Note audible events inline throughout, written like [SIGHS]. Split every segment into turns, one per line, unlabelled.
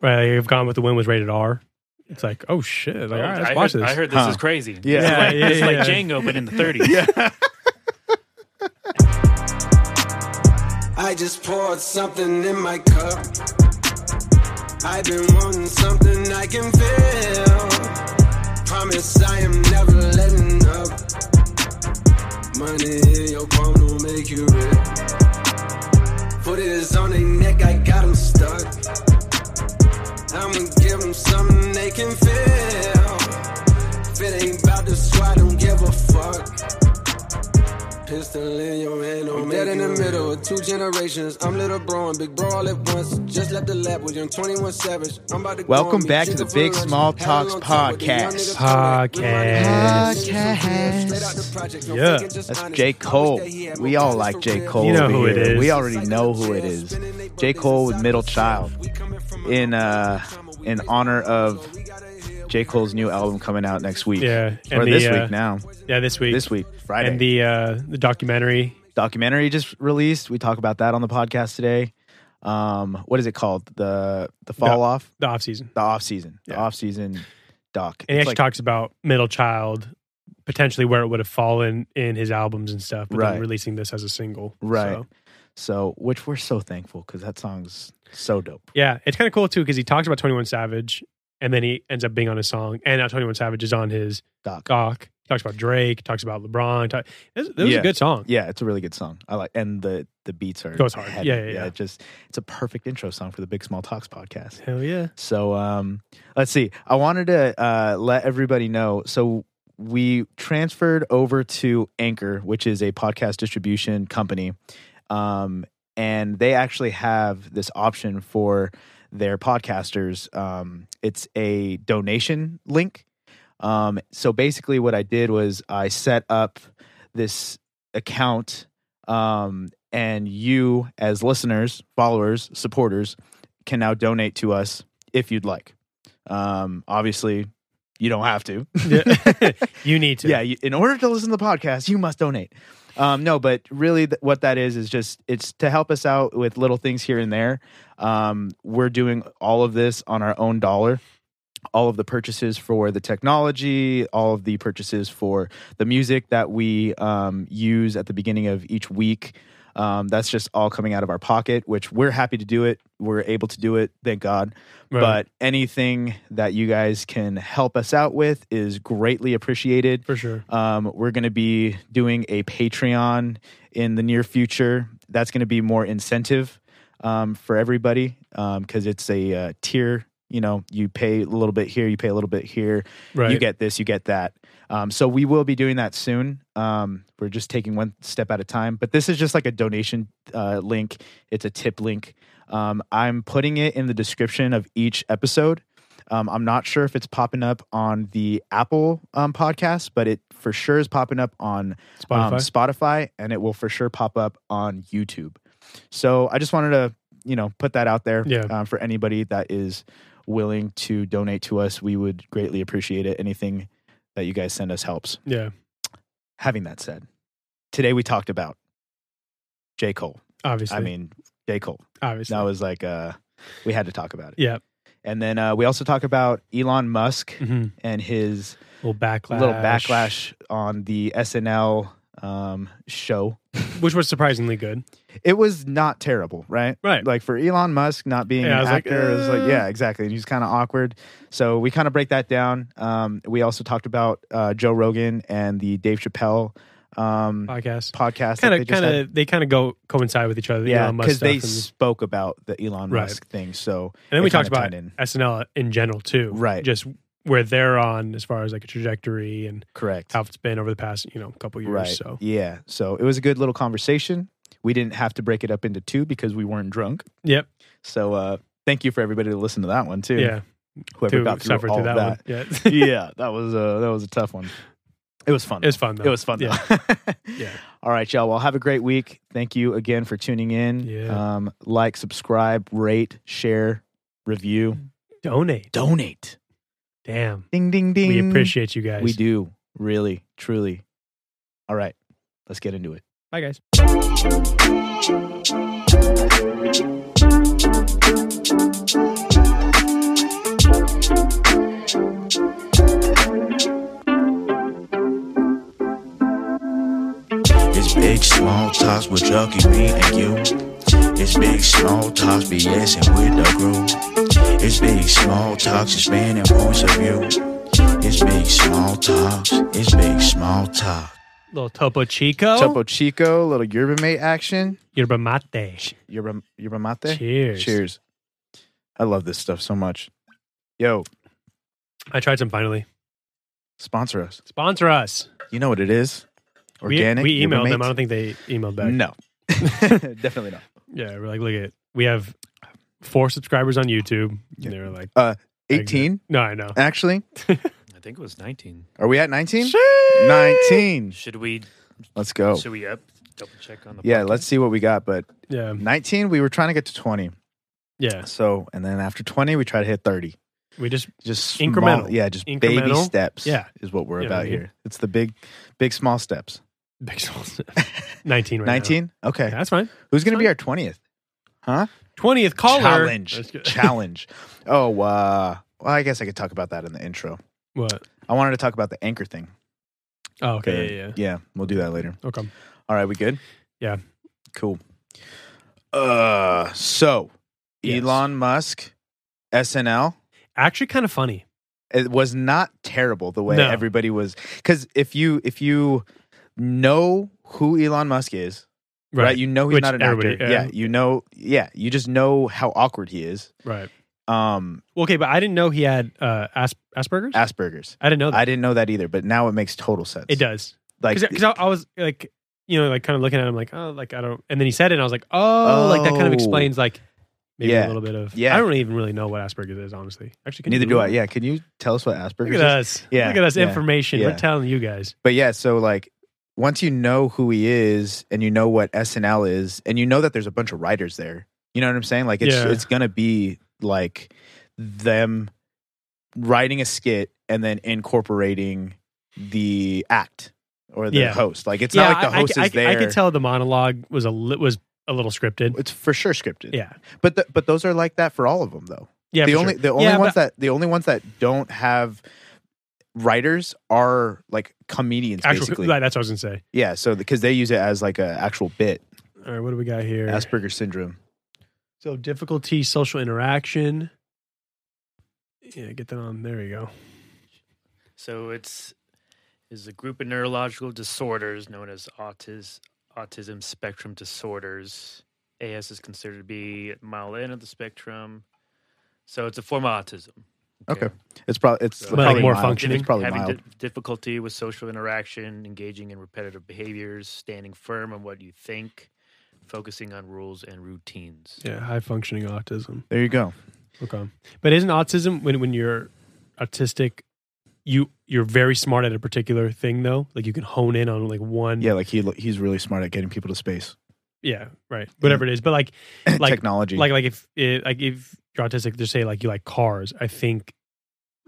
right? Like if Gone with the Wind was rated R, it's like, oh shit! Like, all right, let's
I,
watch
heard,
this.
I heard this
Huh.
is crazy.
Yeah. [LAUGHS]
It's like,
Yeah,
it's
yeah,
like
yeah.
Django, but in the 30s.
Yeah.
I just poured something in my cup. I've been wanting something I can feel. Promise I am never letting up. Money in your palm don't make you real. Put it on their neck, I got 'em stuck. I'ma give 'em something they can feel. If it ain't about the squad, don't give a fuck. Pistol in your hand, I'm dead in the middle of two generations. I'm little bro and big bro all at once. Just left the lab with young 21 Savage. I'm about to go
Welcome
and meet
back to the
Jigga for
Big
lunch.
Small
Had a
Talks
long talk with the young
podcast.
nigga coming.
Podcast.
Podcast. Straight out the project, no
Yeah.
faking, just
That's
honest.
J.
I wish
Cole.
that he had
We
more
all
talent
like
for
J.
real.
Cole.
You know
over
who it
here.
is.
We already know who it is. J. Cole with Middle Child in uh in honor of J. Cole's new album coming out next week.
Yeah,
Or
and
this
the, uh,
week now.
yeah, this week,
This week, Friday.
and the uh, the documentary.
documentary just released. We talk about that on the podcast today. Um, what is it called? The the fall
The-
off,
The off season,
the off season, the
Yeah.
off season doc.
and he
It's
actually
like-
talks about middle child potentially where it would have fallen in his albums and stuff, but
Right.
then releasing this as a single,
Right.
So,
so, which we're so thankful because that song's so dope.
yeah, it's kind of cool too because he talks about Twenty One Savage, and then he ends up being on his song, and now Twenty One Savage is on his
Doc.
Doc. He talks about Drake, talks about LeBron. Talk, it was, it was
Yeah.
a good song.
Yeah, it's a really good song. I like, and the the beats are
Goes Oh, hard.
heavy.
Yeah, yeah, yeah.
It just it's a perfect intro song for the Big Small Talks podcast.
Hell yeah. [LAUGHS]
So um, let's see. I wanted to uh, let everybody know. So we transferred over to Anchor, which is a podcast distribution company, um, and they actually have this option for their podcasters. Um, it's a donation link. Um, so basically, what I did was I set up this account, um, and you, as listeners, followers, supporters, can now donate to us if you'd like. Um, obviously, you don't have to. [LAUGHS]
Yeah. you need to.
Yeah, you, in order to listen to the podcast, you must donate. Um, no, but really, th- what that is is just it's to help us out with little things here and there. Um, we're doing all of this on our own dollar. All of the purchases for the technology, all of the purchases for the music that we um, use at the beginning of each week. Um, that's just all coming out of our pocket, which we're happy to do it. We're able to do it, thank God
Right.
but anything that you guys can help us out with is greatly appreciated.
for sure.
Um, we're going to be doing a Patreon in the near future. That's going to be more incentive um, for everybody because it's a uh, tier. You know, you pay a little bit here, you pay a little bit here,
Right.
you get this, you get that. Um, so we will be doing that soon. Um, we're just taking one step at a time. But this is just like a donation uh, link. It's a tip link. Um, I'm putting it in the description of each episode. Um, I'm not sure if it's popping up on the Apple um, podcast, but it for sure is popping up on
Spotify.
um, Spotify, and it will for sure pop up on YouTube. So I just wanted to, you know, put that out there
Yeah.
um, for anybody that is willing to donate to us. We would greatly appreciate it. Anything that you guys send us helps.
yeah.
Having that said, today we talked about J. Cole.
Obviously.
I mean, J. Cole.
obviously.
That was like, uh, we had to talk about it.
yeah.
And then uh, we also talk about Elon
[LAUGHS]
Musk
mhm.
and his
Little backlash.
little backlash on the SNL um, show.
Which was surprisingly good.
It was not terrible, right?
Right.
Like for Elon Musk not being
Yeah, I
an
was like,
actor, it was
"Uh."
like, yeah, exactly. And he's kind of awkward. So we kind of break that down. Um, we also talked about uh, Joe Rogan and the Dave Chappelle um,
Podcast.
podcast. that
Kind
they
of,
just
kind
had.
of, they kind of go coincide with each other. the
Yeah,
Elon Musk
because
stuff
they
and,
spoke about the Elon
Right.
Musk thing. So
and then we
it kinda
talked about
tied in.
SNL in general too.
Right.
Just where they're on as far as like a trajectory and
correct.
how it's been over the past you know couple years.
right.
So
Yeah. So it was a good little conversation. We didn't have to break it up into two because we weren't drunk.
yep.
So uh, thank you for everybody to listen to that one too.
Yeah.
Whoever got through
suffer
all
through
of
that,
that.
one.
[LAUGHS]
Yeah.
yeah, that was a that was a tough one. It was fun.
[LAUGHS] it was fun though.
It was fun.
Yeah.
Though. [LAUGHS]
Yeah.
All right, y'all. Well, have a great week. Thank you again for tuning in.
Yeah.
Um, like, subscribe, rate, share, review,
Donate.
donate.
Damn.
Ding ding ding.
We appreciate you guys.
We do really, truly. All right, let's get into it.
Bye guys.
talks with Chucky, me and you. It's big small talks, BSing with the group. It's big small talks, expanding points of view. It's big small talks, it's big small talk.
Little Topo Chico.
Topo Chico, little yerba mate action.
Yerba mate.
Yerba, yerba mate.
Cheers.
Cheers. I love this stuff so much. Yo,
I tried some finally.
sponsor us.
Sponsor us.
You know what it is?
We-
Organic.
We,
yerba
emailed them. I
mate?
don't think they emailed back.
[LAUGHS] No, definitely not.
Yeah, we're like, look at we have four subscribers on YouTube.
Yeah.
And they were like, Exit.
18,
no, I know.
actually.
I think it was 19.
Are we at 19? 19.
Should we
Let's go.
should we up double check on the
Oh. Yeah,
podcast?
let's see what we got. But
Yeah,
19, we were trying to get to 20.
yeah.
So, and then after 20, we try to hit 30.
We just [LAUGHS]
Just small-
Incremental.
yeah, just baby
Incremental.
steps.
Yeah.
is what we're
You know what
about
I mean?
here. It's the big, big small steps.
big souls. [LAUGHS] Nineteen. Right now.
19? Okay.
Yeah, that's fine.
Who's going to be our 20th? Huh?
Twentieth caller That's [LAUGHS]
Challenge.
good.
Challenge. Oh, uh, well, I guess I could talk about that in the intro.
What?
I wanted to talk about the anchor thing.
Oh, okay. Yeah, yeah.
Yeah, we'll do that later.
yeah. Okay.
All right, we good?
Yeah.
Cool. Uh so
Yes.
Elon Musk SNL
Actually, kind of funny.
it was not terrible the way
No.
everybody was cuz if you if you know who Elon Musk is, right? You know he's
Which
not an
everybody-
actor.
yeah.
Yeah. you know yeah, you just know how awkward he is.
Right.
Um
Well, okay, but I didn't know he had uh, As- Asperger's.
Asperger's.
I didn't know that.
I didn't know that either, but now it makes total sense.
it does. uh,
Like
Because I, I was like, you know, like kind of looking at him like, oh, like I don't. And then he said it, and I was like, oh, like that kind of
Oh.
explains like maybe a
Yeah.
little bit of.
Yeah.
I don't even really know what Asperger's is, honestly. Actually, can you
neither do I.
it?
Yeah, can you tell us what Asperger's
Look at
is?
us.
Yeah,
Look at us.
yeah,
Information. We're
yeah.
telling you guys.
But yeah, so like once you know who he is and you know what SNL is and you know that there's a bunch of writers there, you know what I'm saying? Like it's
Yeah.
it's gonna be like them writing a skit and then incorporating the act or the
Yeah.
host. Like it's
yeah,
not like the
I- I,
host
I,
is there.
I could tell the monologue was a li- was a little scripted.
it's for sure scripted.
Yeah.
But the, but those are like that for all of them though.
Yeah.
the
for
only
sure.
the only
Yeah,
ones that the only ones that don't have writers are like comedians
actual,
basically.
right, that's what I was gonna say.
Yeah, so because they use it as like a actual bit.
All right, what do we got here?
Asperger's syndrome.
so difficulty, social interaction. Yeah, get that on. There you go.
So it's is a group of neurological disorders known as autis, autism spectrum disorders. AS is considered to be at mild end of the spectrum. So it's a form of autism.
Okay. It's probably it's
So-
But, like,
probably
more
mild.
functioning?
It's probably
having
mild.
di- difficulty with social interaction, engaging in repetitive behaviors, standing firm on what you think, focusing on rules and routines.
Yeah, high functioning autism.
there you go.
Okay, but isn't autism when when you're autistic, you you're very smart at a particular thing though. Like you can hone in on like one.
Yeah, like he he's really smart at getting people to space. [CLEARS THROAT]
Yeah. Right. Whatever it is, but like Like-
Technology.
like like if it, like if you're autistic, just say like you like cars. I think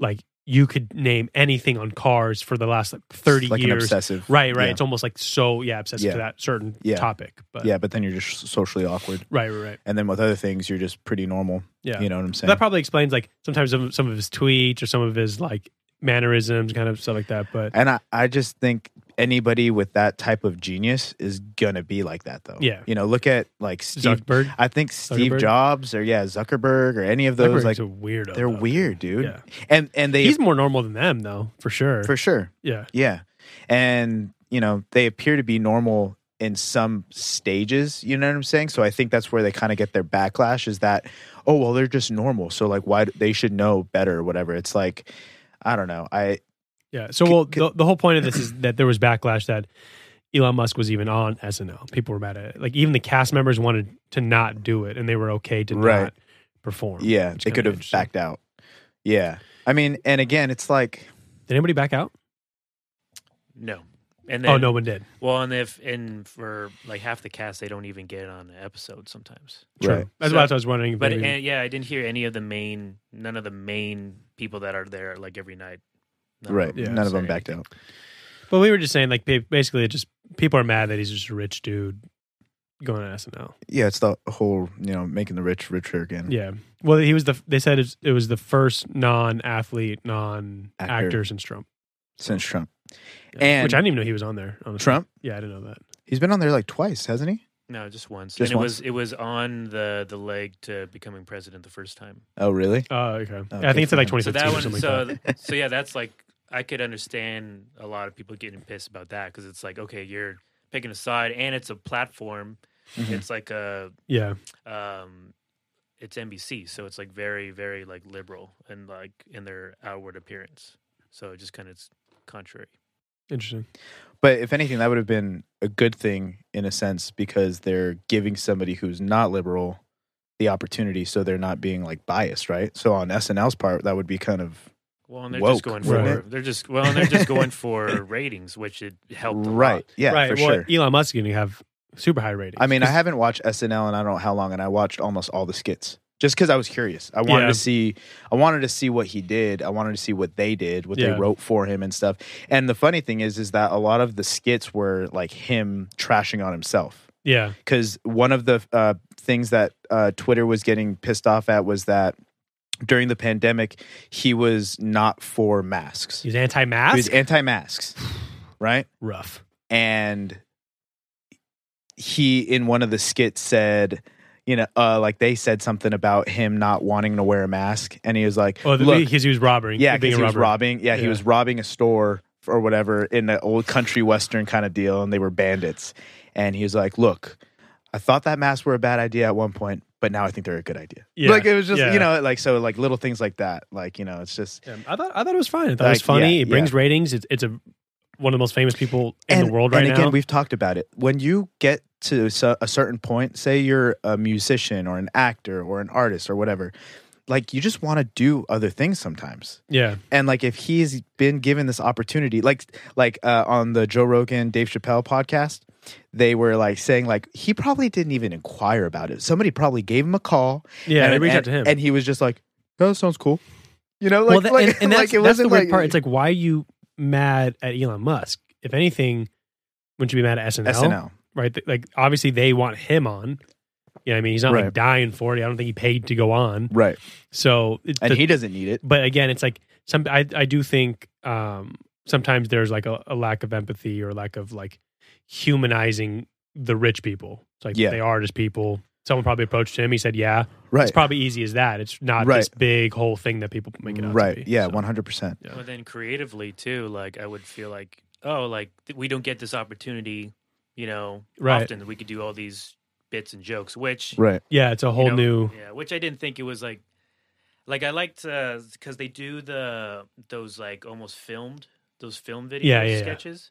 like you could name anything on cars for the last like thirty
like an
years.
obsessive.
Right, right.
Yeah.
It's almost like so yeah, obsessed
Yeah.
to that certain
Yeah.
topic. But
yeah, but then you're just socially awkward.
right, right, right.
And then with other things you're just pretty normal.
Yeah,
You know what I'm
So
saying?
that probably explains like sometimes some, some of his tweets or some of his like mannerisms, kind of stuff like that. But
and I, I just think anybody with that type of genius is gonna be like that though.
Yeah.
You know, look at like Steve
Zuckerberg,
I think Steve
Zuckerberg?
Jobs or yeah, Zuckerberg or any of those
Zuckerberg's
like
a weirdo.
they're
though.
weird, dude.
Yeah.
And and they
He's more normal than them though, for sure.
for sure.
yeah,
Yeah. And, you know, they appear to be normal in some stages, you know what I'm saying? So I think that's where they kind of get their backlash is that, oh, well, they're just normal. So like why they should know better or whatever. It's like I don't know. I
yeah. So well, the, the whole point of this is that there was backlash that. Elon Musk was even on SNL. People were mad at it. Like even the cast members wanted to not do it, and they were okay to
Right.
not perform.
yeah,
It's
they
kinda
could have
interesting.
backed out. Yeah. I mean, and again, it's like
Did anybody back out?
No. And then,
oh, no one did.
Well, and if and for like half the cast, they don't even get on the episode sometimes.
True.
Right.
That's
So-
what I was wondering. if
But
maybe-
and, yeah, I didn't hear any of the main, none of the main people that are there like every night. None of
right,
them
none of
say
them backed
anything.
out.
But we were just saying, like, ba- basically, it just people are mad that he's just a rich dude going to SNL.
Yeah, it's the whole, you know, making the rich richer again.
Yeah. Well, he was the. They said it's- it was the first non-athlete, non-actor
Actor.
since Trump,
Since Trump.
Yeah.
And-
which I didn't even know he was on there. Honestly.
Trump
Yeah, I didn't know that.
He's been on there like twice, hasn't he?
No, just once. and
Just
it
once?
was it was on the the leg to becoming president the first time.
Oh, really?
Oh, okay. I
good
think it's
for
like
him.
So
2015
that
or
one,
something
so
like that.
so yeah, that's like I could understand a lot of people getting pissed about that because it's like okay, you're picking a side, and it's a platform.
Mm-hmm.
Mhm.
It's like a
Yeah,
um, it's NBC, so it's like very very like liberal and like in their outward appearance. So it just kind of contrary.
interesting.
But if anything, that would have been a good thing in a sense because they're giving somebody who's not liberal the opportunity, so they're not being like biased, right? So on SNL's part, that would be kind of
Well, and they're
Woke,
just going for
wouldn't
they're just well, and they're just
[LAUGHS]
going for ratings, which it helped a
right,
lot.
yeah,
right.
for
well,
sure.
Elon Musk is going to have super high ratings.
I mean, I
'Cause-
haven't watched SNL in I don't know how long, and I watched almost all the skits just because I was curious. I wanted
Yeah.
to see, I wanted to see what he did. I wanted to see what they did, what
Yeah.
they wrote for him and stuff. And the funny thing is, is that a lot of the skits were like him trashing on himself.
yeah,
because one of the uh, things that uh, Twitter was getting pissed off at was that during the pandemic, he was not for masks.
he's anti-mask.
He was
[SIGHS]
anti-masks, right?
Rough.
And he, in one of the skits, said, you know, uh, like they said something about him not wanting to wear a mask, and he was like,
Oh,
"Look,
because he was robbing.
yeah,
being a
because he was
robber.
robbing. Yeah, he
Yeah.
was robbing a store or whatever in an old country western kind of deal, and they were bandits. And he was like, "Look, I thought that masks were a bad idea at one point, but now I think they're a good idea."
Yeah,
Like it was just
yeah.
you know like so like little things like that. Like you know it's just
Yeah, I thought I thought it was fine. I thought it was
Like,
funny.
yeah,
it brings ratings. It's it's a one of the most famous people in
and,
the world right
and again,
now.
we've talked about it. When you get to so- a certain point, say you're a musician or an actor or an artist or whatever, like you just want to do other things sometimes.
yeah,
and like if he's been given this opportunity like like uh, on the joe rogan dave chappelle podcast they were like saying like he probably didn't even inquire about it somebody probably gave him a call
yeah.
and,
they reached
and,
out to him.
and he was just like oh, that sounds cool you know [LAUGHS] like,
well, that-
like,
and, and that's,
like it
that's the
wasn't
weird
like
part. It's like why are you mad at Elon Musk? If anything, wouldn't you be mad at SNL?
snl
right? Th- Like obviously they want him on. You know, what I mean, he's not
Right.
like dying for it. I don't think he paid to go on.
right
So, it,
and
the-
he doesn't need it
but again, it's like some. I I do think um, sometimes there's like a, a lack of empathy or lack of like humanizing the rich people. It's like
Yeah.
they are just people. Someone probably approached him. He said, "Yeah,
right
it's probably easy as that. It's not this
Right.
big whole thing that people make it out
right
to be."
yeah
So,
100%
Yeah.
But then creatively too, like I would feel like, oh, like th- we don't get this opportunity, you know,
Right.
often we could do all these bits and jokes, which you
right
yeah, it's a whole
know,
new.
yeah, which I didn't think it was like, like I liked because they do the those like almost filmed those film video
Yeah, yeah, yeah.
sketches.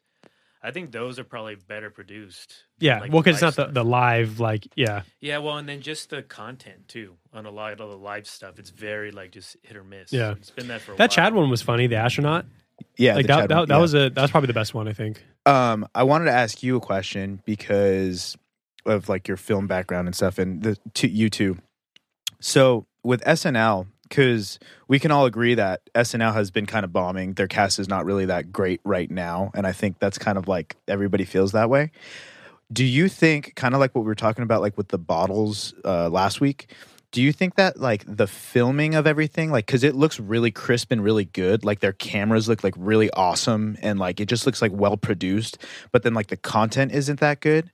I think those are probably better produced. than,
Yeah,
like,
well, because it's
live
not the,
stuff.
the live like yeah
Yeah, well, and then just the content too on a lot of the live stuff. It's very like just hit or miss.
Yeah.
it's been that for a while.
that Chad one was funny. The astronaut.
yeah
like
the
that,
Chad
that,
one,
that
yeah.
was a that was probably the best one I think.
Um, I wanted to ask you a question because of like your film background and stuff, and the to you too. So with SNL, because we can all agree that SNL has been kind of bombing. Their cast is not really that great right now, and I think that's kind of like everybody feels that way. Do you think, kind of like what we were talking about, like with the bottles uh, last week? Do you think that like the filming of everything, like, because it looks really crisp and really good, like their cameras look like really awesome and like it just looks like well produced, but then like the content isn't that good.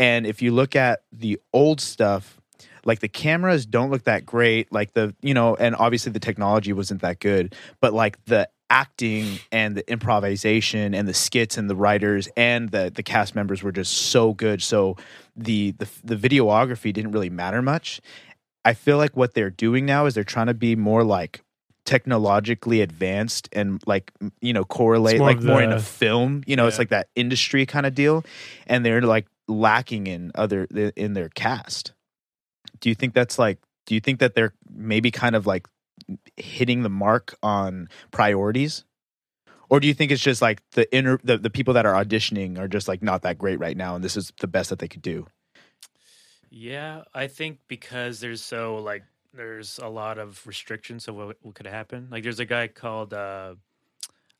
And if you look at the old stuff, like the cameras don't look that great, like the, you know, and obviously the technology wasn't that good, but like the acting and the improvisation and the skits and the writers and the the cast members were just so good. So the the, the videography didn't really matter much. I feel like what they're doing now is they're trying to be more like technologically advanced and like m- you know correlate
more
like
of
more in a
the-
film you know it's
Yeah.
like that industry kind of deal and they're like lacking in other in their cast do you think that's like do you think that they're maybe kind of like hitting the mark on priorities or do you think it's just like the inner the, the people that are auditioning are just like not that great right now and this is the best that they could do
Yeah, I think because there's so like there's a lot of restrictions of what, what could happen. Like there's a guy called uh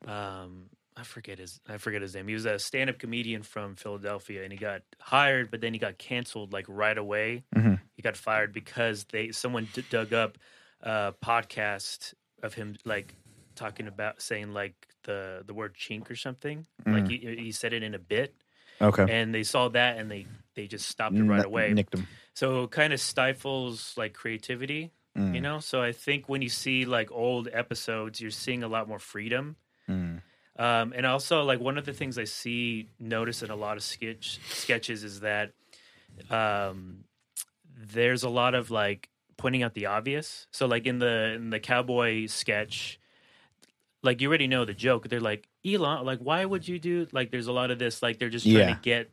um I forget his I forget his name. He was a stand-up comedian from Philadelphia and he got hired but then he got canceled like right away.
Mhm.
He got fired because they someone d- dug up a podcast of him like talking about saying like the the word chink or something. Like he he said it in a bit
Okay.
and they saw that and they they just stopped it
N-
right away.
Nicked him.
So it kind of stifles like creativity,
Mm,
you know. So I think when you see like old episodes, you're seeing a lot more freedom.
mm.
Um, and also, like one of the things I see notice in a lot of sketch sketches is that um, there's a lot of like pointing out the obvious. So, like in the in the cowboy sketch, like you already know the joke. They're like Elon, like why would you do like? There's a lot of this. Like they're just trying
Yeah.
to get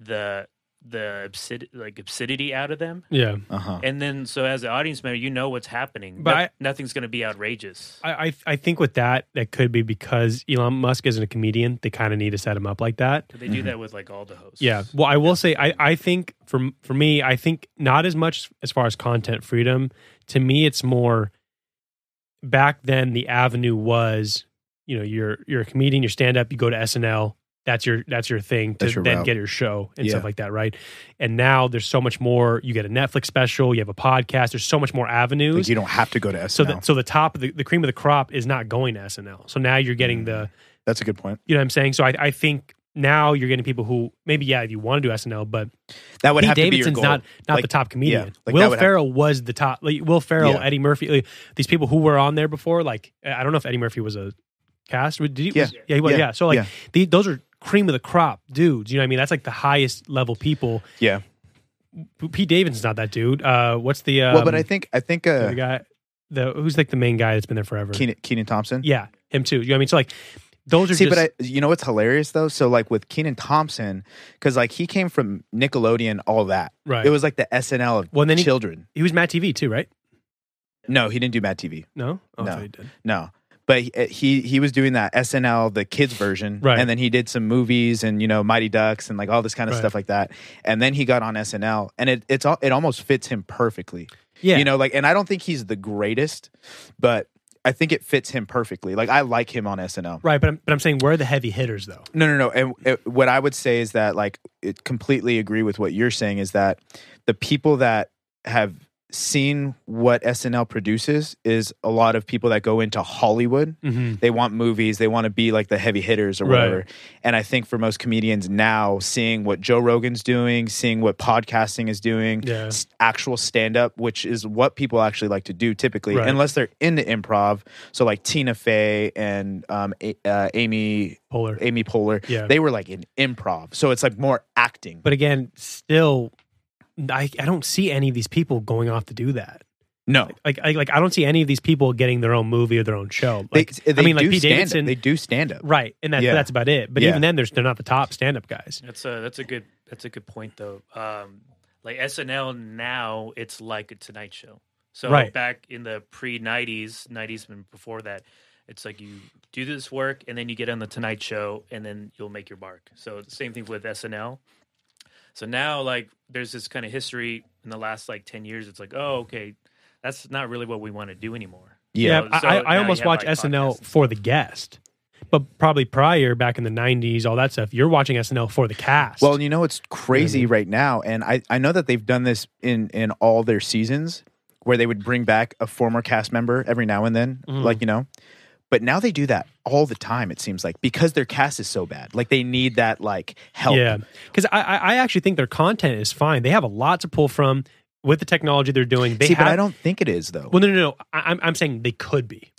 the the obsid- like obscenity out of them.
Yeah.
Uh-huh.
And then, so as an audience member, you know what's happening.
But
Noth-
I-
nothing's going to be outrageous.
I, I I think with that, that could be because Elon Musk isn't a comedian. They kind of need to set him up like that.
They do that with like all the hosts.
Yeah. Well, I will say, I, I think for for me, I think not as much as far as content freedom. To me, it's more back then. The avenue was, you know, you're you're a comedian, you stand up, you go to SNL. That's your that's your thing to
That's your
then
route.
get your show and
Yeah.
stuff like that, right? And now there's so much more. You get a Netflix special, you have a podcast. There's so much more avenues.
Like you don't have to go to SNL.
so that so the top of the, the cream of the crop is not going to SNL. So now you're getting the
Mm. That's a good point.
you know what I'm saying? So I, I think now you're getting people who maybe, yeah, if you want to do SNL, but
That would
Pete
have
Davidson's
to be your goal.
not not
Like,
the top comedian.
yeah, like that
Will
would have-
Ferrell was the top. Like, Will Ferrell,
Yeah.
Eddie Murphy, like, these people who were on there before. Like I don't know if Eddie Murphy was a cast. Did he,
Yeah.
was- yeah, he was.
Yeah.
Yeah. So like
Yeah.
the, those are cream of the crop dudes. You know what I mean? That's like the highest level people.
Yeah.
P- Pete Davidson's not that dude. Uh, what's the um,
well, but I think I think
the
uh,
other guy the who's like the main guy that's been there forever?
Keenan, Keenan Thompson.
Yeah, him too. You know what I mean? So like those are
See,
just
but I, you know what's hilarious though? So like with Keenan Thompson, because like he came from Nickelodeon, all that.
right.
It was like the SNL of
Well, and then he-
children.
he was Matt TV too, right?
no, he didn't do Mad TV.
No, oh, I
No.
thought he did.
No. But he, uh, he he was doing that SNL the kids version,
Right.
And then he did some movies and you know Mighty Ducks and like all this kind of
Right.
stuff like that. And then he got on SNL, and it it's all, it almost fits him perfectly.
Yeah,
You know, like, and I don't think he's the greatest, but I think it fits him perfectly. Like, I like him on SNL.
right. But I'm, but I'm saying where are the heavy hitters though?
No, no, no. And uh, what I would say is that, like, it completely agree with what you're saying is that the people that have seen what SNL produces is a lot of people that go into Hollywood.
Mm-hmm.
They want movies. They want to be like the heavy hitters or
Right.
whatever. And I think for most comedians now, seeing what Joe Rogan's doing, seeing what podcasting is doing,
Yeah.
s- actual stand up, which is what people actually like to do typically,
Right.
unless they're into improv. So like Tina Fey and um, a- uh, Amy
Polar.
Amy Poehler,
Yeah.
they were like in improv. So it's like more acting.
But again, still, I, I don't see any of these people going off to do that.
no,
Like I, like I don't see any of these people getting their own movie or their own show. Like
they, they
I mean, like
do
Pete
stand
Davidson,
up. They do stand up.
right? And that,
Yeah.
that's about it. But
Yeah.
even then, there's they're not the top stand up guys.
That's a that's a good that's a good point though. Um, like SNL now, it's like a Tonight Show. So
Right.
back in the pre '90s, '90s and before that, it's like you do this work and then you get on the Tonight Show and then you'll make your mark. So the same thing with SNL. So now, like, there's this kind of history in the last like ten years. It's like, oh, okay, that's not really what we want to do anymore.
Yeah.
So-
I,
so
I,
now
I
you
almost
have,
watch
like,
SNL
podcasts.
for the guest, but probably prior back in the '90s, all that stuff. You're watching SNL for the cast.
Well, you know it's crazy right now, and I, I know that they've done this in in all their seasons where they would bring back a former cast member every now and then,
Mhm.
like you know. But now they do that all the time. It seems like because their cast is so bad, like they need that like help.
Yeah, because I, I I actually think their content is fine. They have a lot to pull from with the technology they're doing. They
See,
have,
but I don't think it is though.
Well, no, no, no. I, I'm I'm saying they could be.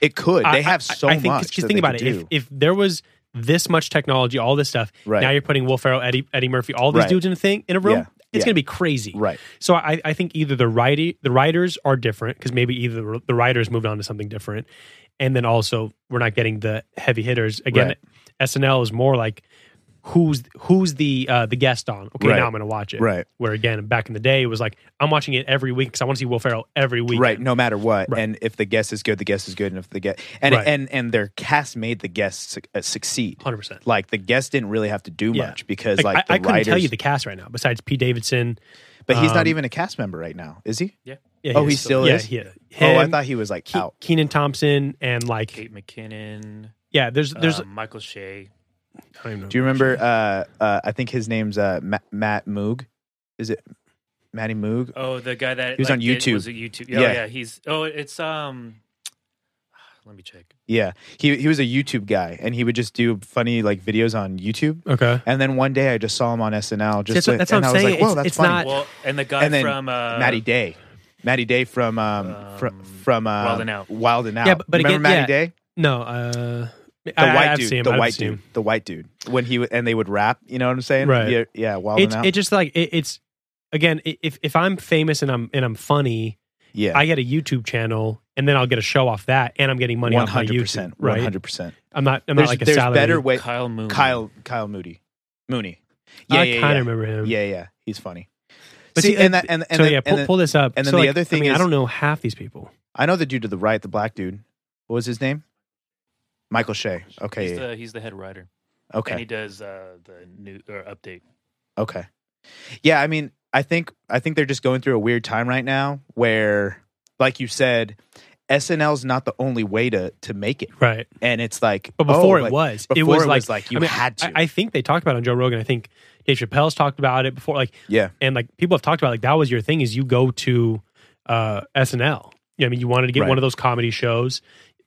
it could.
I-
They have
I-
so
I think,
much.
Because
that
think
they
about it.
could
If,
do.
if there was this much technology, all this stuff,
Right.
now you're putting Will Ferrell, Eddie, Eddie Murphy, all these
Right.
dudes in a thing in a room.
Yeah.
It's
Yeah.
going to be crazy.
right.
So I, I think either the writer, the writers are different because maybe either the writers moved on to something different, and then also we're not getting the heavy hitters again.
Right.
SNL is more like who's who's the uh, the guest on. Okay,
Right.
now I'm going to watch it.
Right.
Where again, back in the day, it was like I'm watching it every week because I want to see Will Ferrell every week.
Right, no matter what,
Right.
and if the guess is good, the guess is good, and if the guess and
Right.
and and their cast made the guest su- uh, succeed.
Hundred percent.
Like the guest didn't really have to do
Yeah.
much because
Like,
like, the
I, I couldn't
writers,
tell you the cast right now. Besides P. Davidson,
but he's not
um,
even a cast member right now, is he?
Yeah,
Oh,
is
he still is?
Yeah, yeah.
oh, I
Him,
thought he was like
Ke-
out.
Keenan Thompson and like
Kate McKinnon,
yeah. There's there's
uh, Michael Shea.
I don't even know.
um, Do you remember? Uh, uh, I think his name's uh, Ma- Matt Moog. Is it Matty Moog?
Uh,
Oh, the guy that
He was on
did-
YouTube.
Was it YouTube? Oh,
Yeah.
yeah. He's oh, it's um, [SIGHS] Let me check.
Yeah, he he was a YouTube guy, and he would just do funny like videos on YouTube.
Okay.
And then one day, I just saw him on SNL. Just
That's what-
to-
that's what
and
I'm
I was
saying.
like, "Whoa,
It's-
that's
it's
funny."
not-
Well, and the guy
and then
from uh,
Matty Day, Matty Day from um, fr-
um,
from uh,
Wild 'N Out.
Wild and Out.
Yeah, but- but
remember
again-
Matty
yeah.
Day,
No. Uh, the
the
I,
white
I've
dude,
seen him,
the
I've
white
seen him.
dude, the white dude. When he w- and they would rap, you know what I'm saying?
Right.
Yeah, yeah Wild
It's
and Out.
it just like it, it's again i- if if I'm famous and I'm and I'm funny,
yeah,
I get a YouTube channel and then I'll get a show off that, and I'm getting money
one
off my
hundred
YouTube.
percent, one
Right.
hundred percent.
I'm not. I'm
There's,
not like a
there's
salary.
better way.
Kyle Moon.
Kyle Kyle Moody, Mooney.
I
Yeah, yeah,
kind
yeah.
of remember him.
Yeah, yeah, he's funny.
But
see,
see,
and
like,
that, and, and
so
then,
yeah, pull,
and then-
pull this up.
and then
So,
the
like,
other
I
thing
mean, I
is-
don't know half these people.
I know the dude to the right, the black dude. What was his name? Michael Shea. Okay,
He's
yeah,
the he's the head writer,
yeah. okay,
and he does uh, the new or update.
okay. Yeah, I mean, I think I think they're just going through a weird time right now, where, like you said, SNL's not the only way to to make it,
Right.
and it's like,
But before
oh,
it
like,
was, it
before
was like,
you
I mean,
had to,
I, I think they talked about it on Joe Rogan. I think Dave Chappelle's talked about it before. Like,
yeah,
and like people have talked about like that was your thing is you go to uh SNL. You know, I mean, you wanted to get
Right.
one of those comedy shows,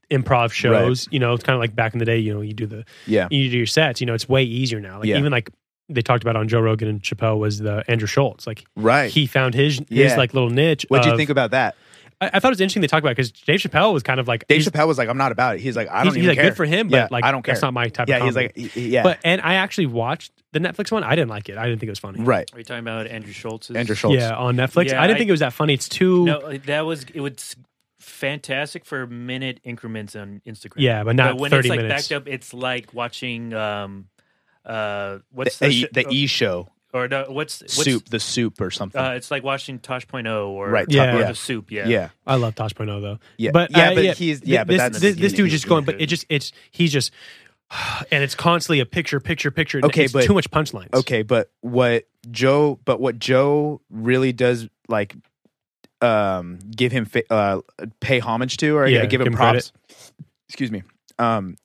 improv shows. You know, it's kind of like back in the day. You know, you do the
yeah,
you do your sets. You know, it's way easier now. Like
Yeah.
even like they talked about on Joe Rogan and Chappelle was the Andrew Schultz. Like
right.
he found his his
Yeah.
like little niche.
What'd you
of-
think about that?
I, I thought it was interesting they talked about because Dave Chappelle was kind of like
Dave
he's-
Chappelle was like, "I'm not about it." He's like, "I don't
he's,
even
he's like
care."
good for him, but
Yeah,
like
I don't care.
That's not my type.
yeah,
of
he's
comedy.
like, he- he- yeah,
But and I actually watched the Netflix one. I didn't like it. I didn't think it was funny.
right.
Are you talking about Andrew Schultz's?
Andrew Schultz.
Yeah, on Netflix.
Yeah,
I didn't
I-
think it was that funny. It's too.
No, that was it was fantastic for minute increments on Instagram.
Yeah, but not
but when
30
it's like
minutes.
backed up, it's like watching um uh
The,
what's the,
the,
sh-
the E show
or no, what's what's
soup, the soup or something.
Uh, it's like watching Tosh Point oh or
Right,
Yeah.
or
yeah.
the soup. Yeah,
yeah. yeah,
I love Tosh.0 though.
yeah,
But
yeah,
uh,
but he's yeah, but
this,
that's
this, this
he-
dude's
he's
just going. But
really
it
good.
just it's he's just [SIGHS] and it's constantly a picture, picture, picture. and
Okay,
it's
but-
too much punchlines.
okay. But what Joe, but what Joe really does like, um, give him fa- uh, pay homage to or
Yeah,
give him
give him
props. Excuse me. Um,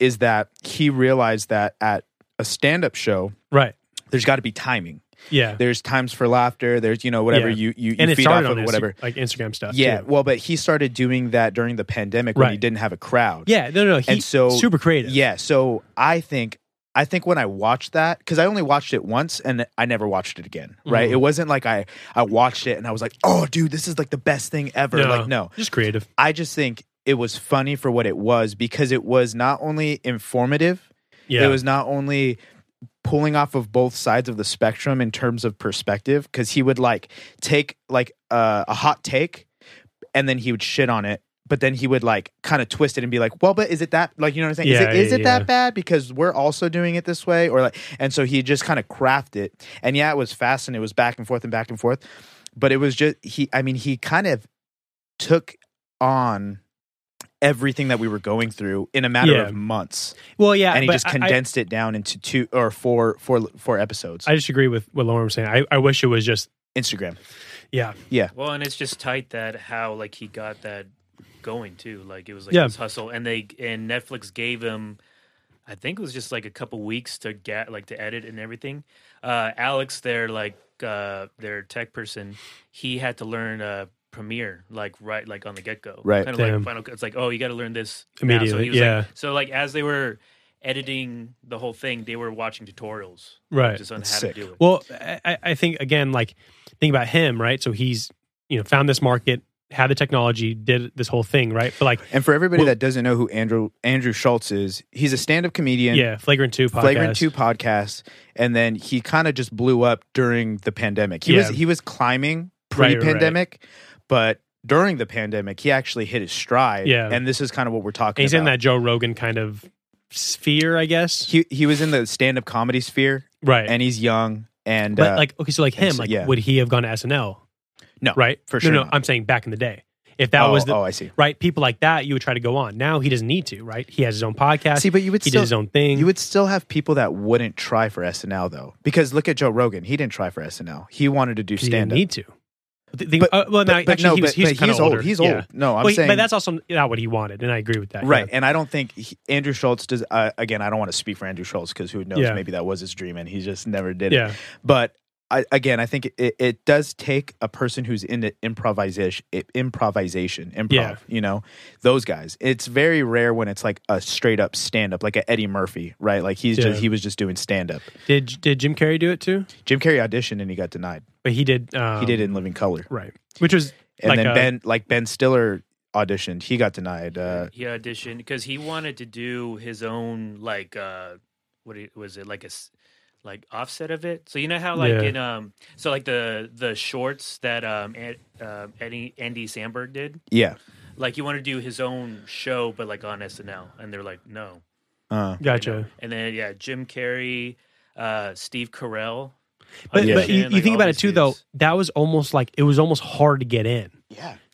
is that he realized that at a stand-up show,
right?
there's got to be timing.
Yeah,
There's times for laughter. There's you know whatever
Yeah.
you you, you
and it
feed off
started
of
on Insta-
whatever.
like Instagram stuff.
Yeah,
too.
well, but he started doing that during the pandemic when he
Right.
didn't have a crowd.
yeah. No, no, no. He,
And so-
super creative.
yeah. So I think I think when I watched that because I only watched it once and I never watched it again. Right?
Mhm.
It wasn't like I I watched it and I was like, oh, dude, this is like the best thing ever.
No,
Like, no,
just creative.
I just think it was funny for what it was because it was not only informative,
Yeah,
it was not only pulling off of both sides of the spectrum in terms of perspective because he would like take like uh, a hot take and then he would shit on it but then he would like kind of twist it and be like well but is it that like you know what i'm saying
Yeah,
is it, is
yeah,
it
yeah.
that bad because we're also doing it this way or like and so he just kind of craft it and yeah it was fast and it was back and forth and back and forth but it was just he i mean he kind of took on everything that we were going through in a matter
Yeah.
of months
well, yeah.
and he
but
just
I- I-
condensed it down into two or four four four episodes.
I, disagree with what Lauren was saying. I, I wish it was just
Instagram.
yeah,
Well, and it's just tight that how like he got that going too. Like it was like
Yeah.
his hustle, and they and Netflix gave him. I think it was just like a couple weeks to get like to edit and everything. Uh, Alex, their like uh, their tech person, he had to learn uh, Premiere like right like on the get go.
Right.
kind of
Damn.
like Final. Cut. It's like oh, you got to learn this now. So
Immediately,
he was, like-
yeah.
so like as they were editing the whole thing, they were watching tutorials
right.
just on
That's
how
sick.
to do it.
Well, I, I- I think again, like think about him, right? So he's you know found this market, had the technology, did this whole thing, right? But like,
And for everybody
Well-
that doesn't know who Andrew Andrew Schultz is, he's a stand-up comedian.
yeah, Flagrant Two podcast,
Flagrant Two podcast, and then he kind of just blew up during the pandemic. He
Yeah.
was he was climbing
Right, right,
pre-pandemic, but during the pandemic, he actually hit his stride.
Yeah.
and this is kind of what we're talking.
And he's
about.
in that Joe Rogan kind of sphere, I guess.
He he was in the stand-up comedy sphere,
right.
and he's young. And
but
uh,
like, okay, so like
and
him,
so-
like,
yeah.
would he have gone to SNL?
No,
right?
for
No,
sure
No,
not.
I'm saying back in the day, if that was the
oh, I see.
right people like that, you would try to go on. Now he doesn't need to, right? He has his own podcast.
See, but you would
he
still
did his own thing.
You would still have people that wouldn't try for SNL though, because look at Joe Rogan. He didn't try for SNL. He wanted to do
'cause he didn't
stand up.
need to. Th- think- uh, well, no,
but, but
actually, he was,
but,
he's
but
kind of
he's old. He's old.
Yeah.
No, I'm
Well, he-
saying,
but that's also not what he wanted, and I agree with that. yeah.
right. And I don't think he, Andrew Schultz does. Uh, again, I don't want to speak for Andrew Schultz because who knows?
Yeah.
Maybe that was his dream and he just never did it.
Yeah.
But I, again, I think it, it does take a person who's into improvisation, improvisation, improv.
Yeah.
You know, those guys. It's very rare when it's like a straight up stand up, like a Eddie Murphy, right? Like he's
Yeah.
just he was just doing stand up.
Did did Jim Carrey do it too?
Jim Carrey auditioned and he got denied.
But he did. Um,
he did it in Living Color,
right, which was
and
like
then
a-
Ben, like Ben Stiller auditioned, he got denied. Uh,
he auditioned because he wanted to do his own like uh what it- was it like a s- like offset of it so you know how like
Yeah.
in um so like the the shorts that um Ed, um Eddie, andy sandberg did
yeah,
like he wanted to do his own show but like on snl and they're like no
uh,
you know?
gotcha.
and then yeah jim carrey uh steve carell
But, but you,
auditioned,
you
like,
think
all
about it
these
too, though.
dudes.
That was almost like it was almost hard to get in.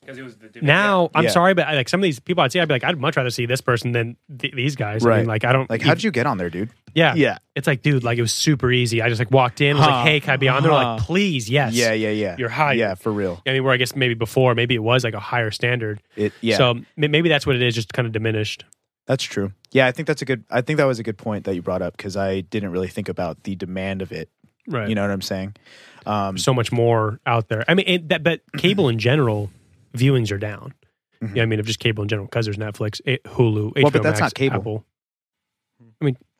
'Cause it was the dude-
Now I'm
Yeah.
sorry, but like some of these people I'd see, I'd be like, I'd much rather see this person than th- these guys. I mean,
Right.
like I don't
like how'd you get on there, dude?
Yeah,
Yeah.
It's like, dude, like it was super easy. I just like walked in, was
Huh.
like, hey, can I be on? They're like,
Huh.
please, yes.
Yeah, yeah, yeah.
You're hired.
Yeah, for real.
I mean, where I guess maybe before, maybe it was like a higher standard.
It, yeah,
So m- maybe that's what it is, just kind of diminished.
that's true. Yeah, I think that's a good. I think that was a good point that you brought up because I didn't really think about the demand of it.
Right.
You know what I'm saying? Um,
Mm-hmm. so much more out there. I mean, it, that,
[CLEARS THROAT]
but cable in general, viewings are down.
Mhm.
Yeah, I mean, of just cable in general because there's Netflix, it, Hulu, HBO
Well, but
Max,
that's not cable.
Apple.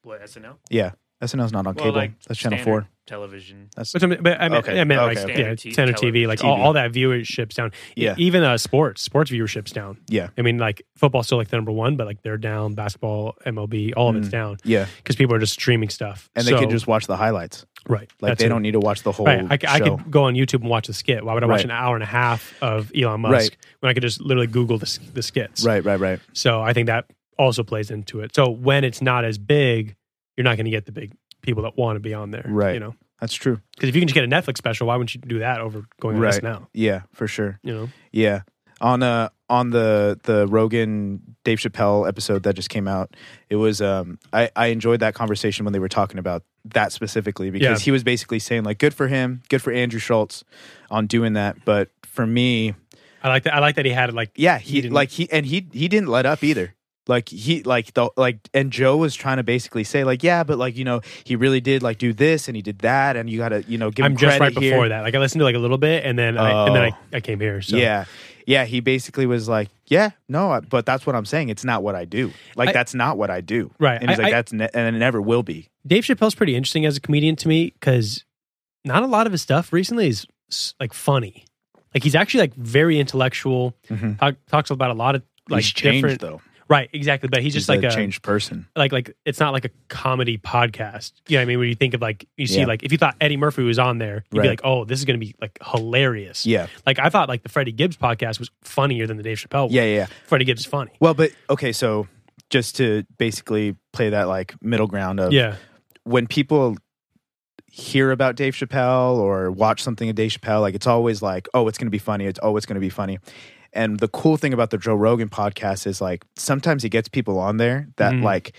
what snl
yeah, SNL's not on
Well,
cable.
like
that's Channel
standard
Four.
television
That's
But, I mean- but I mean,
Okay,
I meant
okay,
like
okay.
yeah,
Standard
center
TV,
TV, like
TV.
All, all that viewership's down. E-
Yeah.
even uh, sports, sports viewership's down.
Yeah.
I mean, like football's still like the number one, but like they're down. Basketball, MLB, all of it's
Mm.
down
yeah,
because people are just streaming stuff,
and they
So-
can just watch the highlights.
right.
Like
that's
they
it.
don't need to watch the whole
Right. I, c- I
show.
could go on YouTube and watch the skit. Why would I watch
Right.
an hour and a half of Elon Musk
Right.
when I could just literally Google the, s- the skits?
right, right, right.
So I think that also plays into it. So when it's not as big, you're not going to get the big people that want to be on there,
Right.
You know,
That's true.
because if you can just get a Netflix special, why wouldn't you do that over going on
Right.
SNL?
Yeah, for sure.
You know,
Yeah. On uh on the the Rogan Dave Chappelle episode that just came out, it was um I, I enjoyed that conversation when they were talking about that specifically because
Yeah.
he was basically saying like good for him, good for Andrew Schultz on doing that. But for me,
I like that. I like that he had like
yeah,
He
he,
didn't-
like he and he he didn't let up either. Like he like the like and Joe was trying to basically say like yeah, but like you know he really did like do this and he did that and you gotta you know give him
I'm just
credit
right
here. Oh.
before that. Like I listened to like a little bit, and then I, and then I, I came here. So
Yeah. Yeah. He basically was like, yeah, no, I, but that's what I'm saying. It's not what I do. Like,
I-
that's not what I do.
Right.
And he's
I-
like,
I-
that's, ne- and it never will be.
Dave Chappelle's pretty interesting as a comedian to me because not a lot of his stuff recently is s- like funny. Like he's actually like very intellectual.
Mhm.
Talk, talks about a lot of like
he's changed,
different
though.
right exactly. But he's just like a,
changed person.
like like it's not like a comedy podcast. You know what I mean? When you think of like you see
Yeah.
like if you thought Eddie Murphy was on there, you'd be
Right.
like, oh, this is gonna be like hilarious.
Yeah.
Like I thought like the Freddie Gibbs podcast was funnier than the Dave Chappelle. one.
Yeah. Yeah. yeah.
Freddie Gibbs is funny.
Well, but okay. So just to basically play that like middle ground of
Yeah,
when people hear about Dave Chappelle or watch something of Dave Chappelle, like it's always like, oh, it's going to be funny. It's oh, it's going to be funny. And the cool thing about the Joe Rogan podcast is like sometimes he gets people on there that
Mhm.
like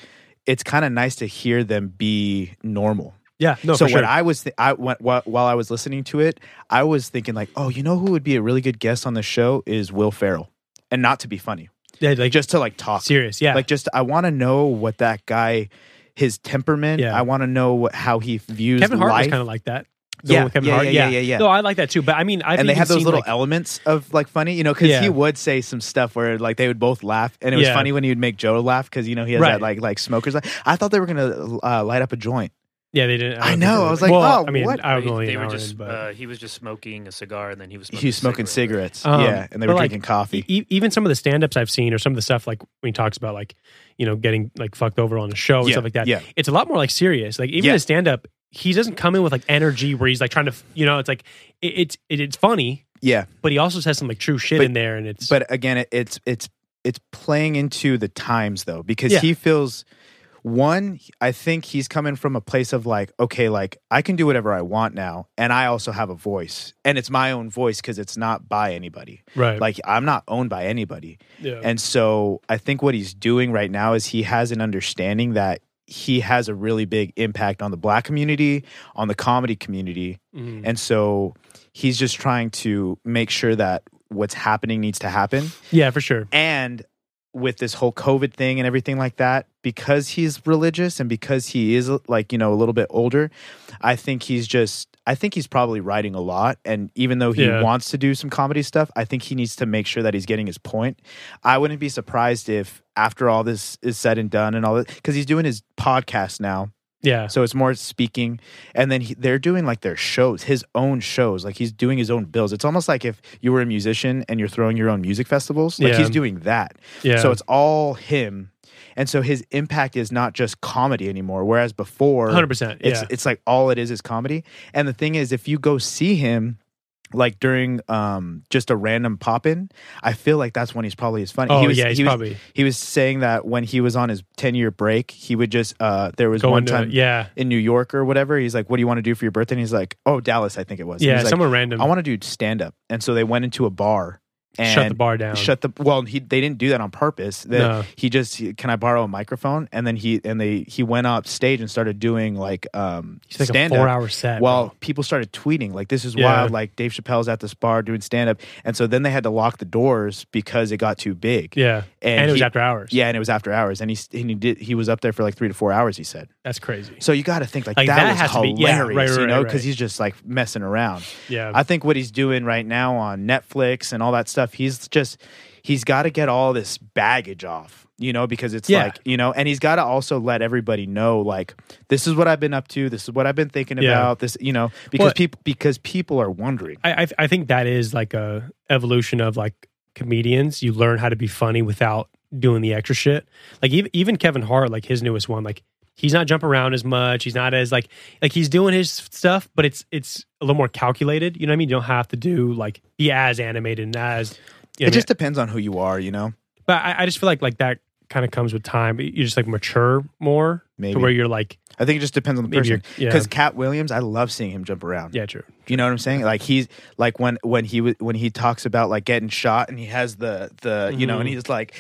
it's kind of nice to hear them be normal.
yeah. No,
so
for sure.
what I was th- I went while, while I was listening to it, I was thinking like, oh, you know who would be a really good guest on the show is Will Ferrell, and not to be funny,
yeah, like
just to like talk.
serious. Yeah,
Like just I want to know what that guy his temperament.
Yeah.
I want to know what, how he views
Kevin Hart
life.
was kind of like that.
Yeah,
one with Kevin
yeah,
Hart.
yeah, yeah, yeah, yeah.
No, I like that too. But I mean, I've
and they
even
have those
seen,
little
like,
elements of like funny, you know, because
Yeah.
he would say some stuff where like they would both laugh, and it was
Yeah.
funny when he would make Joe laugh because you know he has
Right.
that like like smokers. Like I thought they were gonna uh, light up a joint.
yeah, they didn't.
I
don't
know,
think they
I was
were-
like,
well,
oh,
I mean,
what?
I was
They-
only
they
an
were
hour
just
in, but
uh, he was just smoking a cigar and then he was smoking
he was smoking
a cigarette.
cigarettes,
Um,
yeah, and they
but,
were
like,
drinking coffee.
E- even some of the stand-ups I've seen or some of the stuff like when he talks about like, you know, getting like fucked over on a show and
Yeah,
stuff like that.
yeah.
It's a lot more like serious. Like even
Yeah.
the stand-up, he doesn't come in with like energy where he's like trying to, f- you know, it's like it, it's it, it's funny,
yeah,
but he also says some like true shit
But-
in there and it's
but again, it, it's it's it's playing into the times though because
Yeah.
he feels one. I think he's coming from a place of like, okay, like I can do whatever I want now, and I also have a voice, and it's my own voice because it's not by anybody.
right.
Like I'm not owned by anybody.
yeah.
And so I think what he's doing right now is he has an understanding that he has a really big impact on the black community, on the comedy community.
Mhm.
And so he's just trying to make sure that what's happening needs to happen
yeah, for sure.
and with this whole COVID thing and everything like that, because he's religious and because he is like, you know, a little bit older, I think he's just, I think he's probably writing a lot. And even though he
Yeah.
wants to do some comedy stuff, I think he needs to make sure that he's getting his point. I wouldn't be surprised if after all this is said and done and all that, because he's doing his podcast now.
Yeah.
So it's more speaking, and then he, they're doing like their shows, his own shows. Like he's doing his own bills. It's almost like if you were a musician and you're throwing your own music festivals. Like
Yeah.
he's doing that.
Yeah.
So it's all him, and so his impact is not just comedy anymore. Whereas before,
100%. Yeah.
it's it's like all it is is comedy. And the thing is, if you go see him. Like during um just a random pop in, I feel like that's when he's probably as funny.
oh,
he was,
yeah. He's
he was,
probably
he was saying that when he was on his ten year break, he would just uh there was
going
one
to.
time
yeah.
in New York or whatever. He's like, "What do you want to do for your birthday?" And he's like, "Oh, Dallas, I think it was." And
Yeah.
he's like,
somewhere random.
I want to do stand up. And so they went into a bar and
shut the bar down.
Shut the well. He they didn't do that on purpose. They-
No.
He just he- can I borrow a microphone? And then he and they he went up stage and started doing like um
it's like
stand
a four
up.
hour set.
Well,
bro.
people started tweeting like this is
Yeah.
wild. Like Dave Chappelle's at this bar doing stand up, and so then they had to lock the doors because it got too big.
yeah. And, it was
he-
after hours.
Yeah, and it was after hours, and he s- and he did he was up there for like three to four hours. He said.
That's crazy.
So you got to think like,
Like,
that,
that
was
has to be-
hilarious,
yeah, right, right,
you know,
right,
because
right.
he's just like messing around.
Yeah.
I think what he's doing right now on Netflix and all that stuff, he's just he's got to get all this baggage off, you know, because it's
Yeah.
like you know, and he's got to also let everybody know like this is what I've been up to, this is what I've been thinking
Yeah.
about, this you know, because
Well-
people because people are wondering.
I, I I think that is like a evolution of like comedians. You learn how to be funny without doing the extra shit. Like even even Kevin Hart, like his newest one, like he's not jumping around as much. He's not as like like he's doing his stuff, but it's it's a little more calculated. You know what I mean? You don't have to do like be as animated and as. You know what I
it
mean?
just depends on who you are, you know.
but I, I just feel like like that kind of comes with time. You just like mature more
Maybe.
to where you're like
I think it just depends on the
maybe you're
person.
yeah
Because Cat Williams, I love seeing him jump around.
yeah true
You know what I'm saying? Like he's like when when he was when he talks about like getting shot and he has the the you know and
Mhm.
he's like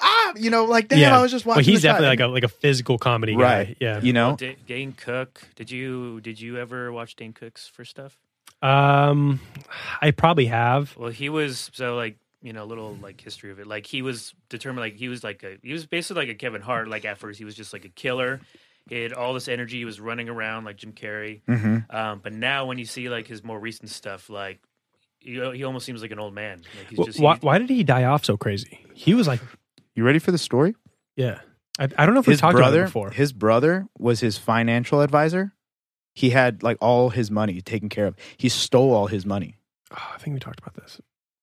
ah you know like damn
yeah.
I was just
Well,
watching.
he's
the shot."
definitely like a like a physical comedy guy.
Right.
Yeah.
you know
Da- Dane Cook. Did you did you ever watch Dane Cook's first stuff?
Um, I probably have.
Well, he was so like you know a little like history of it. Like he was determined. Like he was like a he was basically like a Kevin Hart. Like at first he was just like a killer. He had all this energy. He was running around like Jim Carrey.
Mhm.
Um, but now when you see like his more recent stuff, like he, he almost seems like an old man. Like he's
Wh-
just
why,
he's-
why did he die off so crazy? He was like,
You ready for the story?
yeah. I, I don't know if we
His
talked about it
brother
before.
his brother was his financial advisor. He had like all his money taken care of. He stole all his money
Oh, I think we talked about this.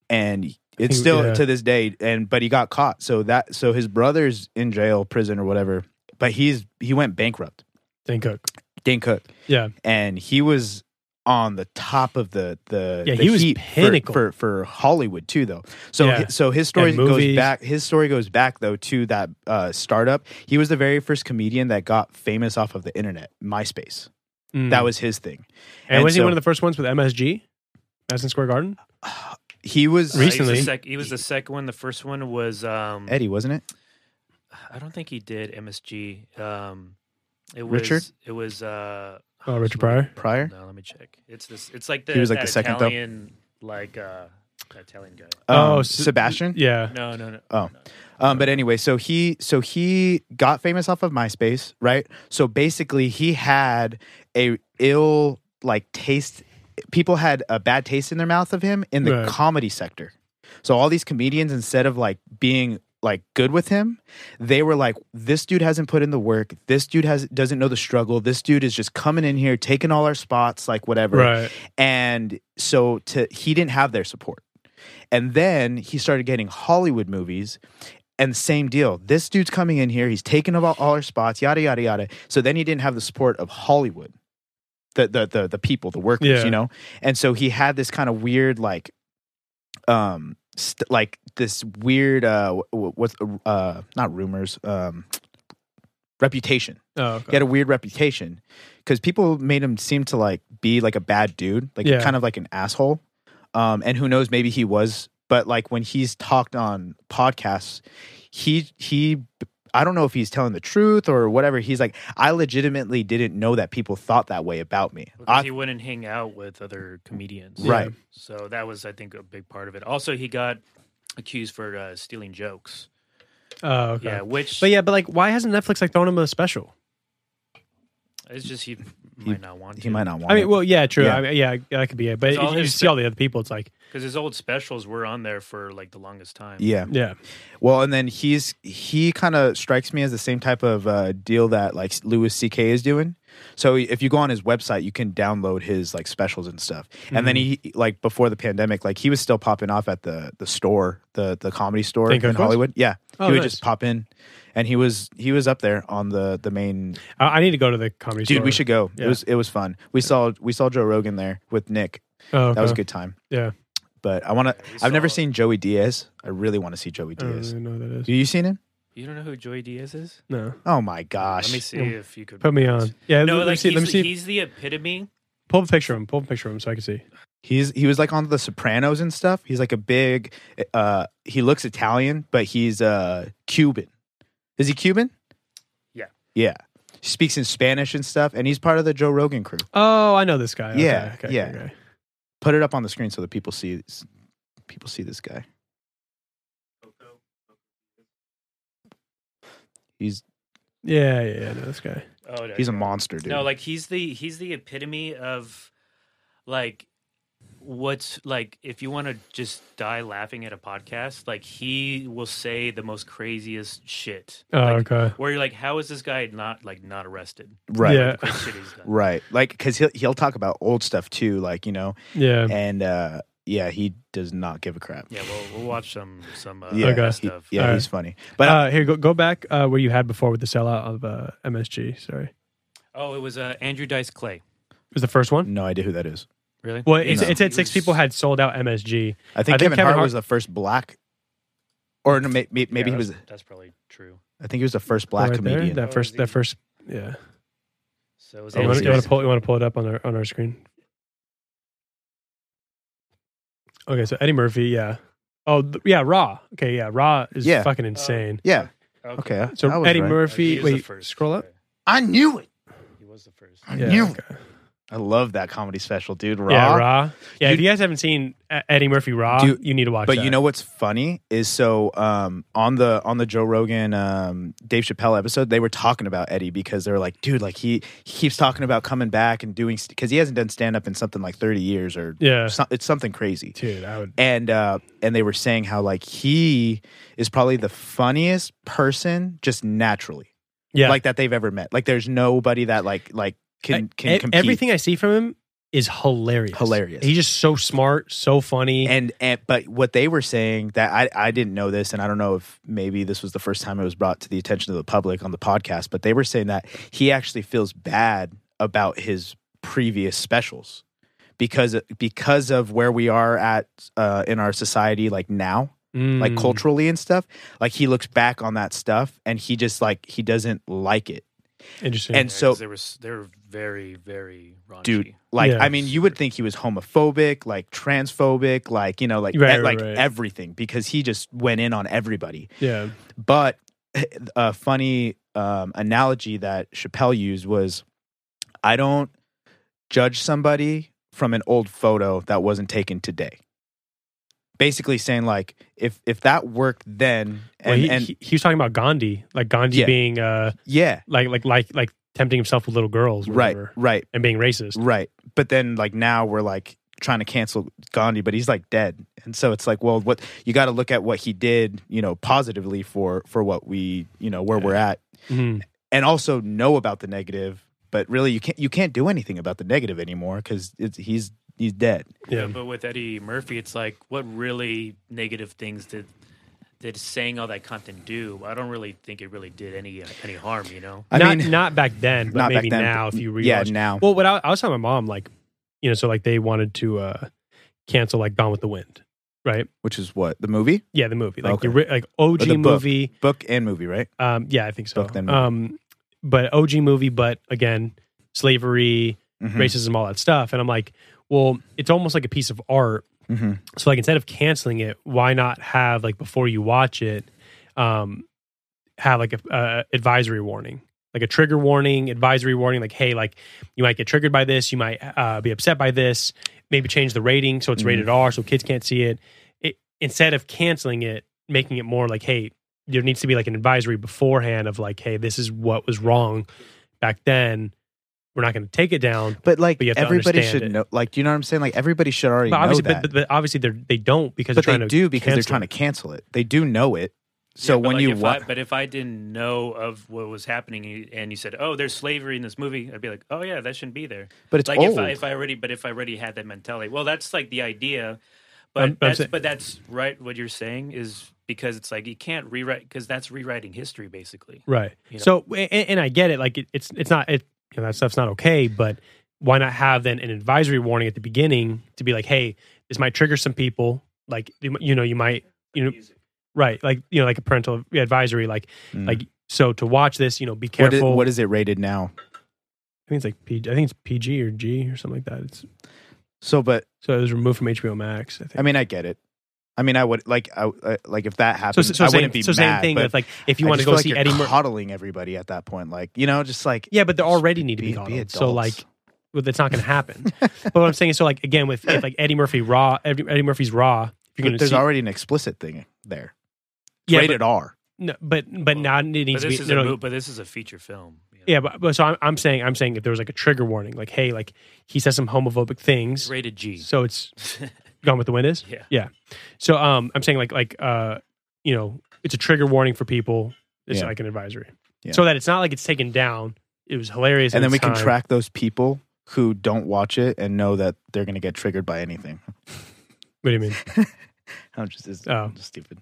and it's
think-
still
yeah.
to this day and but he got caught. So that so his brother's in jail, prison or whatever. But he's he went bankrupt.
Dan Cook.
Dane Cook.
Yeah.
and he was on the top of the the
Yeah,
the
he was
heap for-
pinnacle.
for, for Hollywood too though. So
Yeah.
so his story
And
goes
movies.
back his story goes back though to that uh, startup. He was the very first comedian that got famous off of the internet, MySpace.
Mm.
That was his thing.
And,
and
was
so-
he one of the first ones with MSG, Madison Square Garden?
He was
uh, he was the
recently-
sec- he was the second one. The first one was um,
Eddie, wasn't it?
I don't think he did MSG. Um, it was
Richard?
it was uh,
Oh,
just
Richard
let me-
Pryor.
Prior?
No, let me check. It's this. It's like the
He was, like,
that
the second, though.
Italian, like uh, that Italian guy.
Oh,
Um,
so-
Sebastian?
Yeah.
No, no, no.
Oh.
no.
Um, but anyway, so he so he got famous off of MySpace, right? So basically, he had a ill like taste. People had a bad taste in their mouth of him in the
Right.
comedy sector. So all these comedians, instead of like being like good with him, they were like, "This dude hasn't put in the work. This dude has doesn't know the struggle. This dude is just coming in here taking all our spots, like whatever."
Right.
and so to he didn't have their support and then he started getting hollywood movies and same deal this dude's coming in here he's taking up all, all our spots yada yada yada so then he didn't have the support of hollywood the the the, the people the workers
Yeah.
you know and so he had this kind of weird like um st- like this weird uh wh- what's uh not rumors um reputation
Oh,
he
okay.
had a weird reputation because people made him seem to like be like a bad dude, like
Yeah.
kind of like an asshole. Um, and who knows, maybe he was, but like when he's talked on podcasts, he he, I don't know if he's telling the truth or whatever. He's like, I legitimately didn't know that people thought that way about me.
Because
I,
he wouldn't hang out with other comedians,
Right.
So that was, I think, a big part of it. Also, he got accused for uh, stealing jokes.
Oh, okay.
Yeah, which
But yeah, but like, why hasn't Netflix like thrown him a special?
it's just he might not want to.
He might not want.
I mean,
it.
well, yeah, true.
Yeah.
I mean, yeah that could be it. But
It's all
you, you
his
see
sta-
all the other people, it's like,
because his old specials were on there for like the longest time.
yeah.
yeah,
Well, and then he's he kind of strikes me as the same type of uh, deal that like Louis C.K. is doing. So if you go on his website, you can download his like specials and stuff. And then
Mm-hmm.
he like before the pandemic, like he was still popping off at the the store, the the comedy store
Think of
in
course.
Hollywood. Yeah,
Oh,
he would
nice.
just pop in, and he was he was up there on the the main.
I, I need to go to the comedy
Dude,
store.
we should go.
Yeah.
It was it was fun. We saw we saw Joe Rogan there with Nick.
Oh,
That was a
okay.
good time.
Yeah,
But I want to.
we
I've never
saw-
seen Joey Diaz. I really want to see
I
Joey
don't
Diaz.
really know who that is.
You, you seen him?
You don't know who Joey Diaz is?
No,
Oh my gosh!
Let me see
Mm.
if you could
put me on. Yeah,
No,
let, me
like
see. Let me
he's-
see.
he's the epitome.
Pull up a picture of him. Pull up a picture of him so I can see.
He's he was like on The Sopranos and stuff. He's like a big. uh He looks Italian, but he's uh Cuban. Is he Cuban?
Yeah.
Yeah. He speaks in Spanish and stuff, and he's part of the Joe Rogan crew.
Oh, I know this guy. Okay,
Yeah,
okay,
yeah.
okay.
Put it up on the screen so that people see people see this guy. He's
yeah, yeah, yeah. I know this guy.
Oh, no,
he's a
yeah.
monster, dude.
No, like he's the he's the epitome of like what's like if you want to just die laughing at a podcast, like he will say the most craziest shit.
Oh,
Like,
okay.
Where you're like, how is this guy not like not arrested?
right,
Yeah.
The shit he's
[LAUGHS]
done.
right. Like because he'll he'll talk about old stuff too, like you know,
Yeah.
and uh yeah, he does not give a crap.
Yeah, we'll we'll watch some some uh,
yeah,
Okay.
he-
stuff.
yeah,
All right.
he's funny. But
uh, here, go, go back uh, where you had before with the sellout of uh, MSG. Sorry, it
Oh, it was uh, Andrew Dice Clay.
was the first one.
No idea who that is.
Really?
Well, it's,
No.
it said
He
six
was-
people had sold out MSG.
I think,
I think
Kevin,
Kevin
Hart,
Hart-
was the first black, or no, may, may, maybe
Yeah,
he was.
That's, that's probably true.
I think he was the first black
right there,
comedian.
That
Oh,
first,
the-
that first, yeah.
So it was
Oh,
you
Andrew
want
see.
to
Dice
pull? You want to pull it up on our on our screen? Okay, so Eddie Murphy, yeah. Oh, th- yeah, Raw. Okay, yeah, Raw is
Yeah.
fucking insane.
yeah.
Clay.
Okay. I- I
so
was
Eddie
right.
Murphy,
He was the
wait,
first.
scroll up.
Okay.
I knew it.
He was the first.
I
Yeah,
knew it.
okay.
I love that comedy special, dude. Raw.
yeah, Raw. Yeah, if
You-
you guys haven't seen E- Eddie Murphy Raw,
Dude,
you need to watch.
But
that.
you know what's funny is so um, on the on the Joe Rogan um, Dave Chappelle episode they were talking about Eddie because they were like dude like he, he keeps talking about coming back and doing because he hasn't done stand up in something like thirty years or
yeah,
some- it's something crazy
dude, I would.
and uh and they were saying how like he is probably the funniest person just naturally
Yeah,
like that they've ever met like there's nobody that like like can
E-
can
e-
compete
everything I see from him is hilarious.
Hilarious.
He's just so smart, so funny.
and and but what they were saying that I I didn't know this and I don't know if maybe this was the first time it was brought to the attention of the public on the podcast but they were saying that he actually feels bad about his previous specials because because of where we are at uh, in our society like now like
Mm.
culturally and stuff. Like he looks back on that stuff and he just like he doesn't like it.
Interesting.
and so-
they were s- they were very very raunchy.
Dude, like
Yeah.
I mean, you would think he was homophobic, like transphobic, like you know, like
Right,
e-
right,
like
right.
everything because he just went in on everybody.
yeah,
But [LAUGHS] a funny um, analogy that Chappelle used was, I don't judge somebody from an old photo that wasn't taken today. Basically saying like if if that worked then and,
well, he,
and
he, he was talking about Gandhi, like Gandhi
Yeah.
being uh,
yeah
like like like like tempting himself with little girls, or
right
whatever,
right
and being racist.
Right. But then like now we're like trying to cancel Gandhi, but he's like dead. And so it's like, well, what you got to look at what he did, you know, positively for for what we, you know, where we're at
Mhm.
and also know about the negative, but really you can't you can't do anything about the negative anymore cuz it's he's he's dead.
Yeah.
But with Eddie Murphy, it's like what really negative things did did saying all that content do? I don't really think it really did any any harm. You know,
I
not
mean,
not back then, but
[LAUGHS] not back
maybe
then,
now if you rewatch.
yeah, now.
Well, what I, I was telling my mom, like, you know, so like they wanted to uh cancel like Gone with the Wind, right?
which is what? The movie?
Yeah, the movie, like
Okay.
the ri- like OG
Or the book.
movie.
Book and movie, right?
Um, yeah, I think so.
Book, then movie.
um, but OG movie, but again, slavery,
Mhm.
racism, all that stuff. And I'm like, well, it's almost like a piece of art.
Mhm.
So like instead of canceling it, why not have like before you watch it, um, have like a uh, advisory warning, like a trigger warning, advisory warning, like hey, like you might get triggered by this, you might uh, be upset by this, maybe change the rating so it's
Mhm.
rated R so kids can't see it. it. Instead of canceling it, making it more like hey, there needs to be like an advisory beforehand of like, hey, this is what was wrong back then. We're not going to take it down.
But like
But you have to
everybody
understand
should
it.
know. Like, do you know what I'm saying? Like everybody should already
But
know
obviously,
that.
but, but obviously they they don't because
But
they're
they
trying to
do because they're
cancel
trying to
it.
cancel it. They do know it. So
Yeah, but
when
like
you
if
wa-
I, but if I didn't know of what was happening and you- and you said, "Oh, there's slavery in this movie," I'd be like, "Oh yeah, that shouldn't be there."
but it's
like
old.
if
Oh.
I, if I already, but if I already had that mentality, well, that's like the idea. But
I'm- I'm
that's
saying-
but that's right. What you're saying is because it's like you can't rewrite because that's rewriting history basically.
right.
you know.
So and, and I get it. Like it, it's it's not it, you know, that stuff's not okay. But why not have then an advisory warning at the beginning to be like, hey, this might trigger some people. Like you m- you know, you might you know, right? Like you know, like a parental advisory. Like
Mm.
like so to watch this, you know, be
What is-
careful.
what is it rated now?
I think it's like PG. I think it's PG or G or something like that. It's
So, but
so it was removed from HBO Max. I think.
I mean, I get it. I mean, I would like, I, I- like if that
so
happened,
so
I
same,
wouldn't be
so
mad.
same thing
but
with like if you
I
want to
just
go
feel like
see
you're
Eddie Murphy.
coddling everybody at that point, like you know, just like
Yeah, but they already need to be,
be,
gone.
be
so like,
adults.
well, that's not going to happen. but what I'm saying is, so like again, with if like Eddie Murphy Raw, Eddie, Eddie Murphy's Raw. If you're
But
going to
there's
see,
already an explicit thing there. It's
yeah,
rated R.
but, no, but but
Well,
not it
But
needs to
this
be.
is
no,
a
no,
mo- but this is a feature film. you know.
yeah, but, but so I'm, I'm saying I'm saying if there was like a trigger warning, like hey, like he says some homophobic
It's
things,
rated G.
so it's
[LAUGHS]
Gone with the Wind is.
yeah.
So um, I'm saying like like uh, you know, it's a trigger warning for people. It's
Yeah.
like an advisory,
Yeah.
so that it's not like it's taken down. It was hilarious, at
And then we
its
can
time.
track those people who don't watch it and know that they're going to get triggered by anything. [LAUGHS]
What do you mean?
I'm just, it's,
Oh.
I'm just stupid.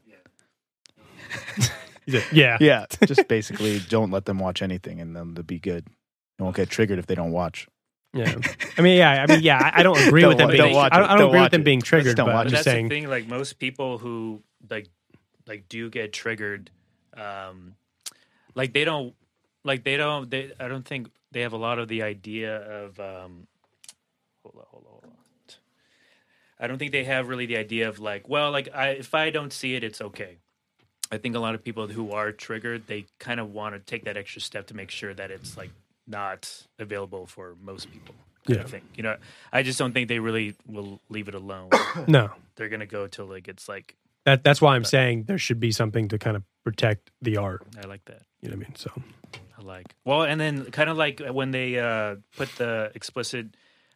He's like, yeah,
Yeah, [LAUGHS] just basically don't let them watch anything and then they'll be good. They won't get triggered if they don't watch.
yeah. I mean, yeah. I mean, yeah. I- I
[LAUGHS]
don't agree
Don't
with them.
wa-
being,
don't watch
I don't,
it.
I don't
Don't
agree with
watch
them
it.
being
Let's
triggered.
don't
But I'm
watch
But
it.
just
that's
saying.
the thing. Like most people who like like do get triggered, um, like they don't like they don't. They I don't think they have a lot of the idea of. Um, hold on, hold on, hold on. I don't think they have really the idea of like, well, like I, if I don't see it, it's okay. I think a lot of people who are triggered, they kind of want to take that extra step to make sure that it's like not available for most people. Kind
Yeah.
of thing. You know, I just don't think they really will leave it alone
No,
they're gonna go till like it's like
that that's why I'm saying there should be something to kind of protect the art.
I like that.
You know what I mean? So
I like well, and then kind of like when they uh, put the explicit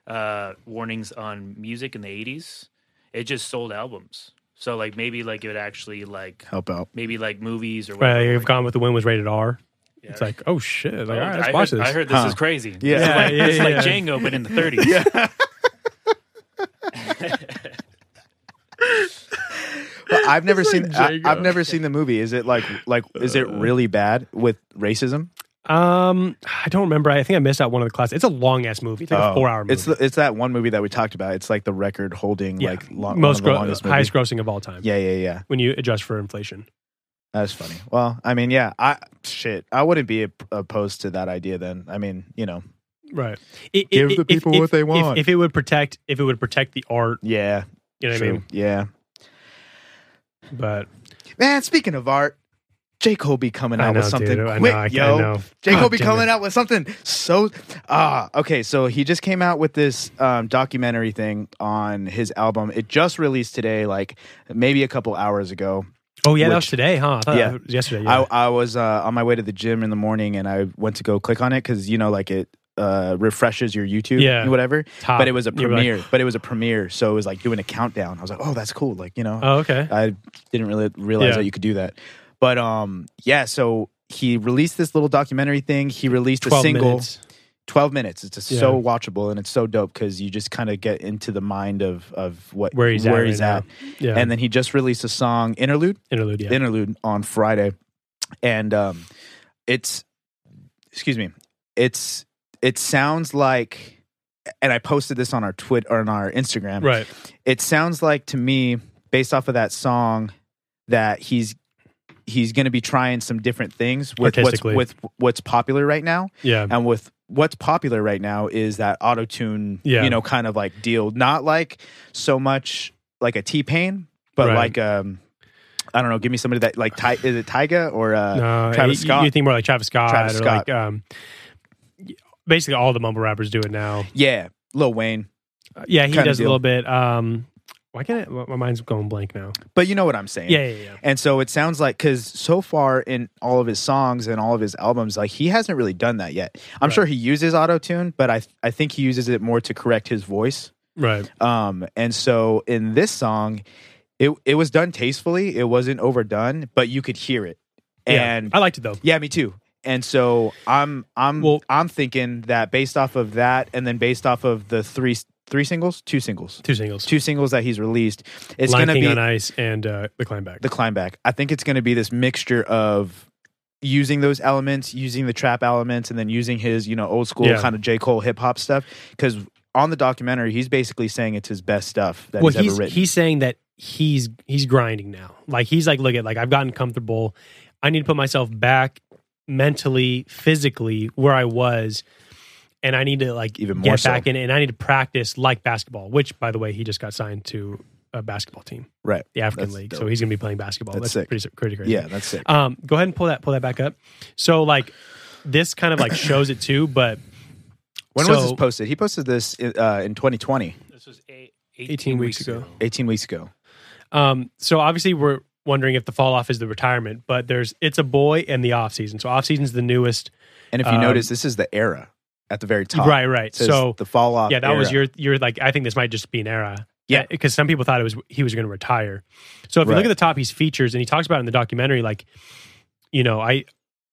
uh, warnings on music in the '80s, it just sold albums. So like maybe like it would actually like
Help out.
maybe like movies or whatever.
right,
like,
you've gone with the wind was rated R.
yeah.
It's like oh shit, like, all
Oh,
right,
I,
let's watch
heard,
this.
I heard this
Huh.
is crazy.
Yeah.
It's like,
Yeah,
it's
yeah,
like
yeah.
Django, but in the '30s.
[LAUGHS] But I've never seen. I,
Django.
I've never seen the movie. Is it like like? Is it really bad with racism?
Um, I don't remember. I think I missed out one of the classes. It's a long ass movie. It's like a
Oh.
four hour movie.
It's the, it's that one movie that we talked about. It's like the record holding
yeah,
like lo-
most
one of the
gro- uh,
longest movies.
highest grossing of all time.
Yeah, yeah, yeah.
when you adjust for inflation.
That's funny. Well, I mean, yeah. I shit. I wouldn't be op- opposed to that idea. Then I mean, you know,
Right. It,
Give the people what they want.
If, it would protect, if it would protect the art,
yeah,
you know what I
true.
mean.
yeah.
But
Man, speaking of art, J Cole be coming out
I know,
with something
dude. I
quick,
know. I,
yo.
I know.
J.
God
Cole be
damn
coming
it.
out with something so ah okay. So he just came out with this um, documentary thing on his album. It just released today, like maybe a couple hours ago.
Oh yeah, that was
which-
today, huh? I thought
Yeah.
it was yesterday. Yeah.
I, I was uh, on my way to the gym in the morning, and I went to go click on it because you know, like it uh, refreshes your YouTube,
Yeah.
whatever.
Top.
But it was a
You were like,
premiere. but it was a premiere, so it was like doing a countdown. I was like, oh, that's cool. Like you know,
oh okay.
I didn't really realize
Yeah.
that you could do that. But um, yeah. So he released this little documentary thing. He released a
Twelve
single.
minutes.
12 minutes it's just
Yeah.
so watchable and it's so dope because you just kind of get into the mind of of what
Where he's at right now. Yeah.
and then he just released a song interlude
interlude. Yeah.
interlude on friday and um it's excuse me it's it sounds like and i posted this on our twitter or on our instagram
right.
it sounds like to me based off of that song that he's he's going to be trying some different things with what's,
Artistically.
with what's popular right now
Yeah.
and with what's popular right now is that auto tune
Yeah.
you know kind of like deal not like so much like a t-pain but
Right.
like um i don't know give me somebody that like Ty- is it tyga or uh
No,
Travis
you,
Scott.
You think more like Travis Scott.
Travis
or
Scott.
Like, um, basically, all the mumble rappers do it now.
yeah lil wayne
Uh, Yeah, he
Kinda
does
deal.
a little bit. Um, Why can't I? My my mind's going blank now.
But you know what I'm saying.
Yeah, yeah, yeah.
And so it sounds like because so far in all of his songs and all of his albums, like he hasn't really done that yet. I'm
Right.
sure he uses auto tune, but I I think he uses it more to correct his voice.
Right.
Um, and so in this song, it it was done tastefully. It wasn't overdone, but you could hear it. And
yeah. I liked it though.
yeah, me too. And so I'm I'm
Well-
I'm thinking that based off of that, and then based off of the three three singles, two singles,
Two singles.
two singles that he's released, it's
Lion
gonna
King
be
on Ice and uh, The Climb Back.
the climb back. I think it's going to be this mixture of using those elements, using the trap elements, and then using his you know old school
Yeah.
kind of J Cole hip hop stuff. Because on the documentary, he's basically saying it's his best stuff that
well,
he's,
he's
ever written.
he's saying that he's he's grinding now. Like he's like, look at like I've gotten comfortable. I need to put myself back mentally, physically where I was, and I need to like
Even more
get
so.
back in. And I need to practice like basketball. Which, by the way, he just got signed to a basketball team,
right?
the African
That's
League. So
dope.
he's gonna be playing basketball. That's,
That's sick.
pretty pretty crazy.
Yeah, that's it.
Um, go ahead and pull that pull that back up. So like this kind of like shows it too, but
When was
so-
this posted? He posted this uh, in 2020,
This was eight, 18,
18
weeks
weeks ago.
ago.
18 weeks ago.
Um, so obviously we're wondering if the fall off is the retirement, but there's it's a boy and the off season. So off season's the newest.
And if you
Um,
notice, this is the era at the very top.
Right, right.
It says
So
the fall off.
yeah, that was
era.
your your like I think this might just be an era.
Yeah.
because some people thought it was he was going to retire. So if you
Right.
look at the top, he's features, and he talks about it in the documentary, like you know, I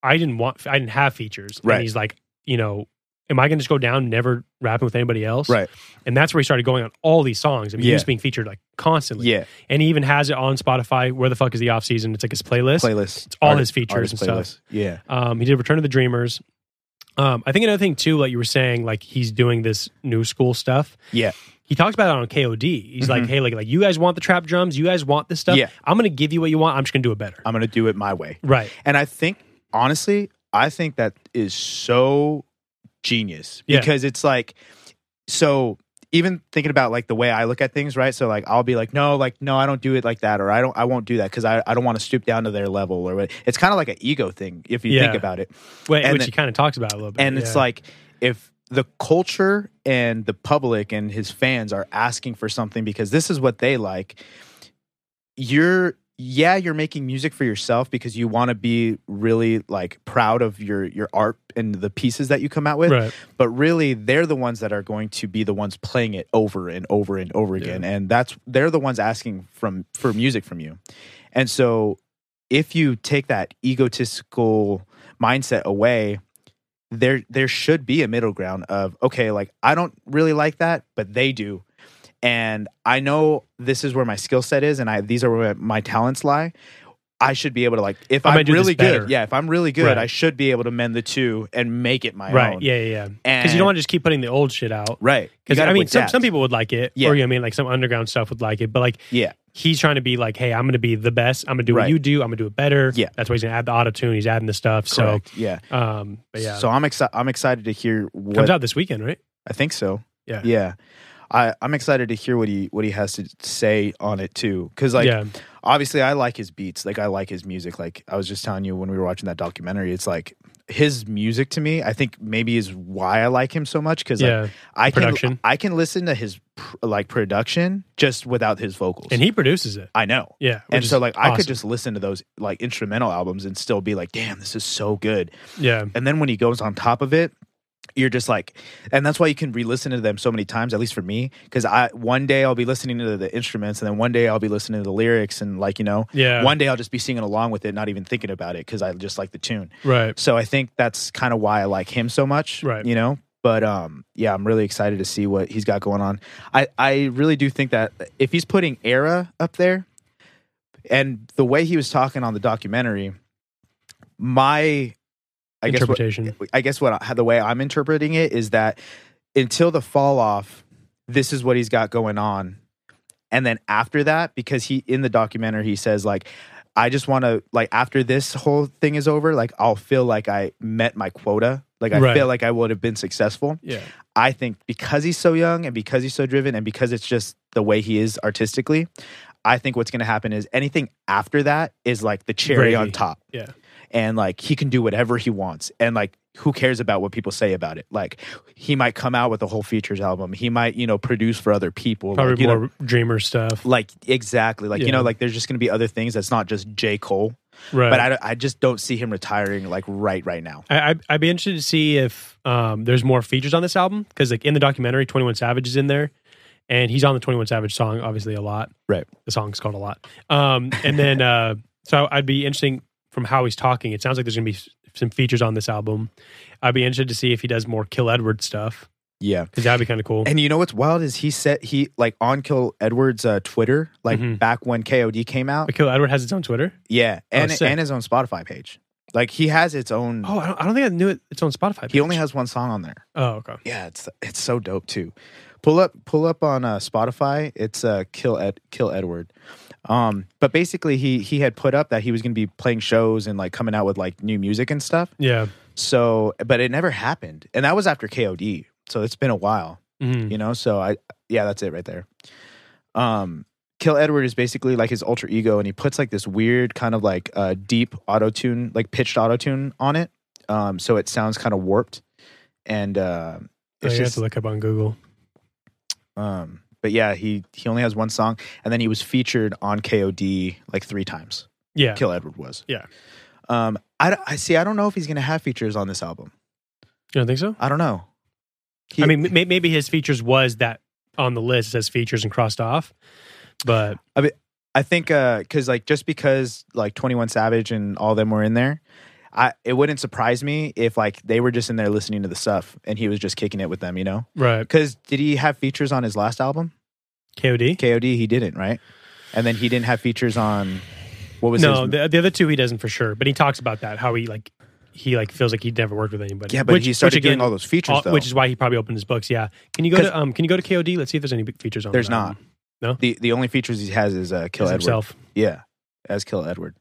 I didn't want I didn't have features,
Right.
and he's like, you know, am I going to just go down never rapping with anybody else?
Right.
and that's where he started going on all these songs. I mean,
Yeah.
he was being featured like constantly,
yeah
and he even has it on Spotify. Where the fuck is the off season? It's like his playlist.
playlist.
all
Art-
his features
artist
and stuff.
playlist. Yeah,
Um, he did Return of the Dreamers. Um, I think another thing too, like you were saying, like he's doing this new school stuff.
Yeah.
He talks about it on KOD. He's like,
Mhm.
hey, like, like you guys want the trap drums, you guys want this stuff.
Yeah. Um,
I'm gonna give you what you want. I'm just gonna do it better.
I'm gonna do it my way.
right.
And I think, honestly, I think that is so genius
Yeah.
because it's like, so even thinking about like the way I look at things, right? So like I'll be like, no, like no, I don't do it like that, or I don't, I won't do that because I, I don't want to stoop down to their level, or what. It's kind of like an ego thing if you think
Yeah.
about it.
Wait,
And
which
the-
he kind of talks about a little bit.
And it's
Yeah.
like if the culture and the public and his fans are asking for something because this is what they like, you're yeah, you're making music for yourself because you want to be really like proud of your your art and the pieces that you come out with.
right.
But really they're the ones that are going to be the ones playing it over and over and over again. And that's they're the ones asking from for music from you. And so if you take that egotistical mindset away, there there should be a middle ground of okay, like I don't really like that, but they do. And I know this is where my skill set is and I these are where my talents lie. I should be able to like if
I
I'm,
might do this
really
better.
good, yeah, if I'm really good,
Right.
I should be able to mend the two and make it my
Right.
own.
Yeah, yeah, yeah. Because you don't want to just keep putting the old shit out.
Right. You
Because
gotta
I mean, some,
adapt.
some people would like it,
Yeah.
or you know, what I mean, like some underground stuff would like it, but like
Yeah.
he's trying to be like, hey, I'm gonna be the best. I'm gonna do
Right.
what you do. I'm gonna do it better.
Yeah.
that's why he's gonna add the auto tune. He's adding the stuff.
Correct. yeah.
So, um, but yeah,
So I'm excited. I'm excited to hear what
comes out this weekend, right?
I think so.
Yeah.
Yeah. I, I'm excited to hear what he what he has to say on it too, because like
yeah,
obviously I like his beats, like I like his music. Like I was just telling you when we were watching that documentary, it's like his music to me. I think maybe is why I like him so much because
yeah.
like, I can
Production.
I can listen to his pr- like production just without his vocals,
and he produces it.
I know.
Yeah,
And
which
so
is
like I could
awesome.
just listen to those like instrumental albums and still be like, damn, this is so good.
yeah,
And then when he goes on top of it, you're just like, and that's why you can re-listen to them so many times. At least for me, because I one day I'll be listening to the instruments, and then one day I'll be listening to the lyrics, and like you know,
yeah,
one day I'll just be singing along with it, not even thinking about it, because I just like the tune.
right.
So I think that's kind of why I like him so much,
Right.
You know. But um, yeah, I'm really excited to see what he's got going on. I I really do think that if he's putting era up there, and the way he was talking on the documentary, my I guess what,
Interpretation.
I guess what I- the way I'm interpreting it is that until the fall off, this is what he's got going on, and then after that, because he in the documentary he says like, I just want to like after this whole thing is over, like I'll feel like I met my quota, like I
Right.
feel like I would have been successful.
yeah,
I think because he's so young and because he's so driven and because it's just the way he is artistically, I think what's going to happen is anything after that is like the cherry on
Gravy.
top.
yeah.
and like he can do whatever he wants and like who cares about what people say about it like he might come out with a whole features album he might you know produce for other people
Probably
like, you know,
more dreamer stuff.
like exactly like you
Yeah.
know like there's just gonna be other things that's not just j cole
right.
but I, don't- I just don't see him retiring like right right now
I, I'd, I'd be interested to see if um, there's more features on this album because, like, in the documentary, 21 Savage is in there, and he's on the 21 Savage song, obviously, a lot.
Right.
The song's called a lot. Um, and then, uh, so I'd be interesting from how he's talking. It sounds like there's going to be s- some features on this album. I'd be interested to see if he does more Kill Edward stuff
yeah
because that'd be kind of cool.
and you know what's wild is he said he like on kill edwards uh twitter like
Mhm.
back when kod came out
But Kill Edward has its own Twitter.
yeah and
oh, sick.
and his own spotify page like he has its own
Oh, I don't, I don't think I knew it. It's on Spotify.
he only
page.
has one song on there
Oh, okay.
yeah it's it's so dope too pull up pull up on uh spotify it's uh kill ed kill edward um but basically he he had put up that he was gonna be playing shows and like coming out with like new music and stuff
Yeah.
So, but it never happened, and that was after KOD. So it's been a while,
Mhm.
you know. So I, yeah, that's it right there. Um, Kill Edward is basically like his alter ego, and he puts like this weird kind of like uh, deep auto tune, like pitched auto tune on it. Um, so it sounds kind of warped, and uh,
Oh,
it's
you have
just
to look up on Google.
um. But yeah, he he only has one song, and then he was featured on KOD like three times.
Yeah.
Kill Edward was.
Yeah.
Um, I, I see. I don't know if he's gonna have features on this album.
You don't think so?
I don't know. He-
I mean, may- maybe his features was that on the list it says features and crossed off, but
I think because like just because like Twenty One Savage and all them were in there, I it wouldn't surprise me if like they were just in there listening to the stuff and he was just kicking it with them, you know?
right.
Because did he have features on his last album,
KOD.
K.O.D. He didn't, right? And then he didn't have features on what was
no,
his?
the, the other two he doesn't for sure, but he talks about that how he like he like feels like he'd never worked with anybody.
yeah, but
Which-
he started
which again,
doing all those features
all-
though.
which is why he probably opened his books. Yeah, can you go
'Cause-
to um can you go to KOD? Let's see if there's any big features on.
There's
that
not.
album.
the the only features he has is uh, Kill
It's
Edward.
himself.
Yeah, as Kill Edward.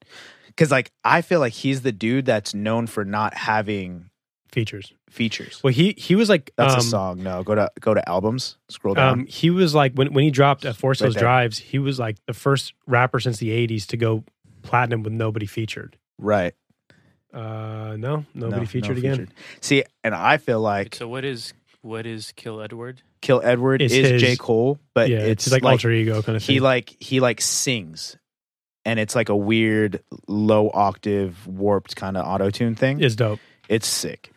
Because like I feel like he's the dude that's known for not having
Features.
features.
Well, he he was like
That's
um,
a song. No, go to go to albums. Scroll down.
um he was like when when he dropped at Force
Right
Hills
there.
Drives, he was like the first rapper since the '80s to go platinum with nobody featured.
right.
Uh, no, nobody
No,
featured
no
again.
featured. See, and I feel like
So what is what is Kill Edward?
Kill Edward
It's
is
his-
J Cole, but
yeah,
it's,
it's, like, alter ego kind of thing.
he like he like sings, and it's like a weird low octave warped kind of auto tune thing.
is dope.
It's sick.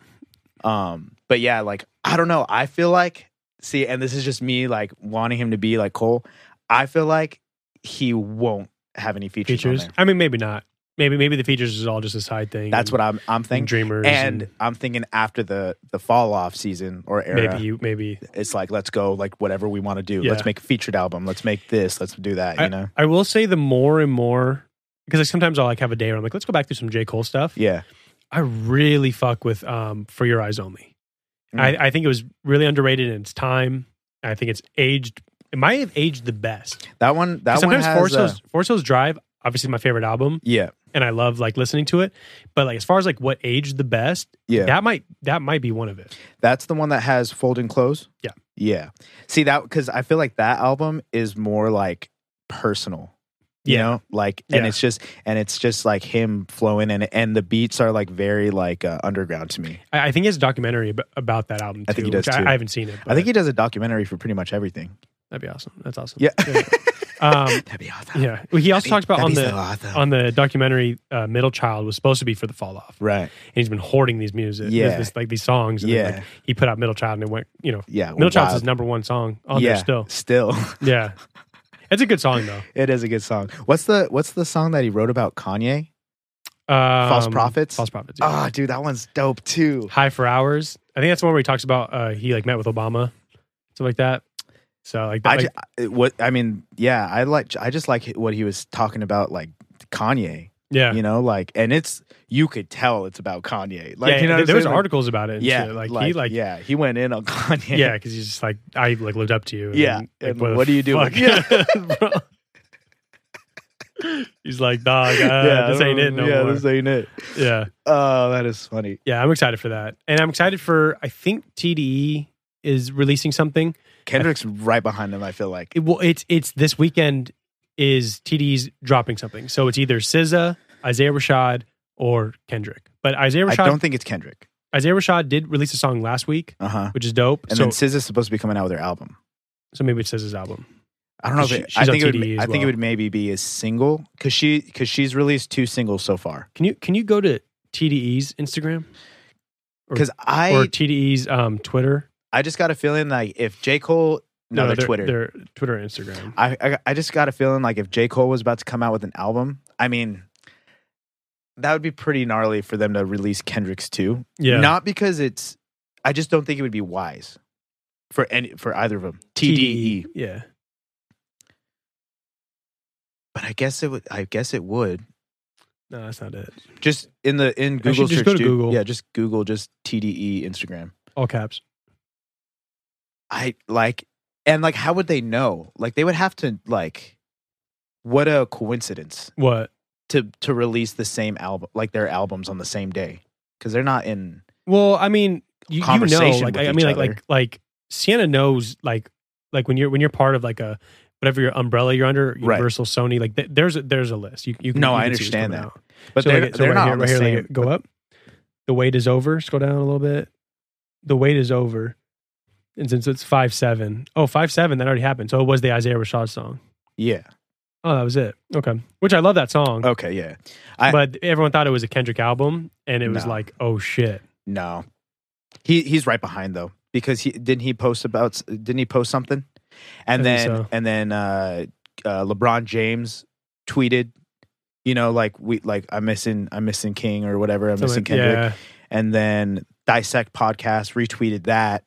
Um, but yeah, like I don't know. I feel like see, and this is just me like wanting him to be like Cole. I feel like he won't have any features. on
Features.
there.
I mean, maybe not. Maybe maybe the features is all just a side thing.
That's what I'm I'm
and
thinking.
dreamers
And I'm thinking after the the fall off season or era,
maybe you maybe.
it's like let's go like whatever we want to do.
Yeah.
Let's make a featured album. Let's make this. Let's do that. you know?
I will say the more and more because like sometimes I'll like have a day where I'm like, let's go back through some J Cole stuff.
Yeah.
I really fuck with um for your eyes only.
Mm.
I, I think it was really underrated in its time. I think it's aged. It might have aged the best.
That one. That one
sometimes
has.
Force
uh,
Hills, Force Hills Drive, obviously my favorite album,
yeah.
and I love like listening to it. But like as far as like what aged the best,
Yeah.
that might that might be one of it.
That's the one that has fold and close.
Yeah.
Yeah. See that because I feel like that album is more like personal. You
Yeah.
know, like, and
Yeah.
it's just, and it's just like him flowing, and and the beats are like very like uh, underground to me.
I, I think his documentary ab- about that album. Too,
I think he does,
which I,
too.
I haven't seen it.
I
but
think he does a documentary for pretty much everything.
that'd be awesome. That's awesome.
Yeah.
um,
[LAUGHS] That'd be awesome. [LAUGHS]
yeah. Well, he also
That'd be-
talked about
that'd
on
be
the
so awesome.
on the documentary, uh, Middle Child was supposed to be for the fall off, and
right.
he's been hoarding these music,
Yeah.
yeah. this, like these songs. And then,
Yeah.
like, he put out Middle Child, and it went, you know,
Yeah.
Middle Child's
wild.
his number one song on
yeah,
there still.
Still, [LAUGHS]
Yeah, it's a good song though.
it is a good song. What's the What's the song that he wrote about Kanye?
Um,
False Prophets?
False prophets. Yeah.
Ah, dude, that one's dope too.
High for hours. I think that's the one where he talks about uh, he like met with Obama, stuff like that. So like that,
I
like,
ju- I- what I mean, yeah, I like I just like what he was talking about, like Kanye,
yeah.
you know, like, and it's you could tell it's about Kanye, like
yeah,
you know, what I'm
there was
saying? Like,
articles about it. And
yeah,
shit. like, he like yeah,
yeah, he went in on [LAUGHS] Kanye,
because he's just like I like lived up to you.
Yeah,
then,
and
the
what are you doing?
fuck? [LAUGHS] Bro. he's like, dog, uh, this ain't it no
[LAUGHS] yeah,
more.
this ain't it.
yeah,
Oh, that is funny.
yeah, I'm excited for that, and I'm excited for I think TDE is releasing something.
Kendrick's right behind him. I feel like
It, well, it's it's this E weekend is TDE's dropping something, so it's either SZA, Isaiah Rashad, or Kendrick. But Isaiah
I
Rashad
don't think it's Kendrick.
Isaiah Rashad did release a song last week,
Uh huh.
which is dope.
And
so
then SZA is supposed to be coming out with her album.
so maybe it says his album.
I don't know if
She-
it,
she's
I
on
think it would,
TDE
I
as
think it
well.
would maybe be a single because she because she's released two singles so far.
Can you can you go to TDE's Instagram Or-
Because I
or TDE's um, Twitter?
I just got a feeling like if J Cole no, they're
their-
Twitter Uh,
their Twitter and Instagram.
I, I I just got a feeling like if J Cole was about to come out with an album, I mean, that would be pretty gnarly for them to release Kendrick's too.
Yeah,
Not because it's, I just don't think it would be wise for any for either of them.
E.
E. TDE.
Yeah,
But I guess it would. I guess it would.
no, that's not it.
Just in the in
Actually,
Google
just
search.
go to
dude.
Google.
Yeah, just Google just TDE Instagram.
All caps.
I like and like how would they know? Like they would have to like. What a coincidence.
What?
to to release the same album like their albums on the same day because they're not in
Well, I mean, you, you know,
Conversation
like
with
I, I
each
mean, like
other.
like like Sienna knows, like like when you're when you're part of like a whatever your umbrella you're under,
Right.
Universal, Sony, like th- there's a, there's a list. You you can,
No,
you
I
can see what's
understand
coming
that.
out.
but
So,
they're,
like, so
they're
right
not
here,
on
right
the
here,
same
like, go up. The wait is over. Scroll down a little bit. The wait is over. And since it's five seven, oh five seven, that already happened. So it was the Isaiah Rashad song.
yeah
Oh, that was it. Okay, which I love that song.
okay yeah Oh, I-
but everyone thought it was a Kendrick album, and it was
No.
like, oh shit.
no he he's right behind though because he didn't he post about didn't he post something and
I think
then
so.
and then uh, uh lebron james tweeted you know like we like i'm missing i'm missing king or whatever i'm
So,
missing
like,
kendrick
yeah,
and then dissect podcast retweeted that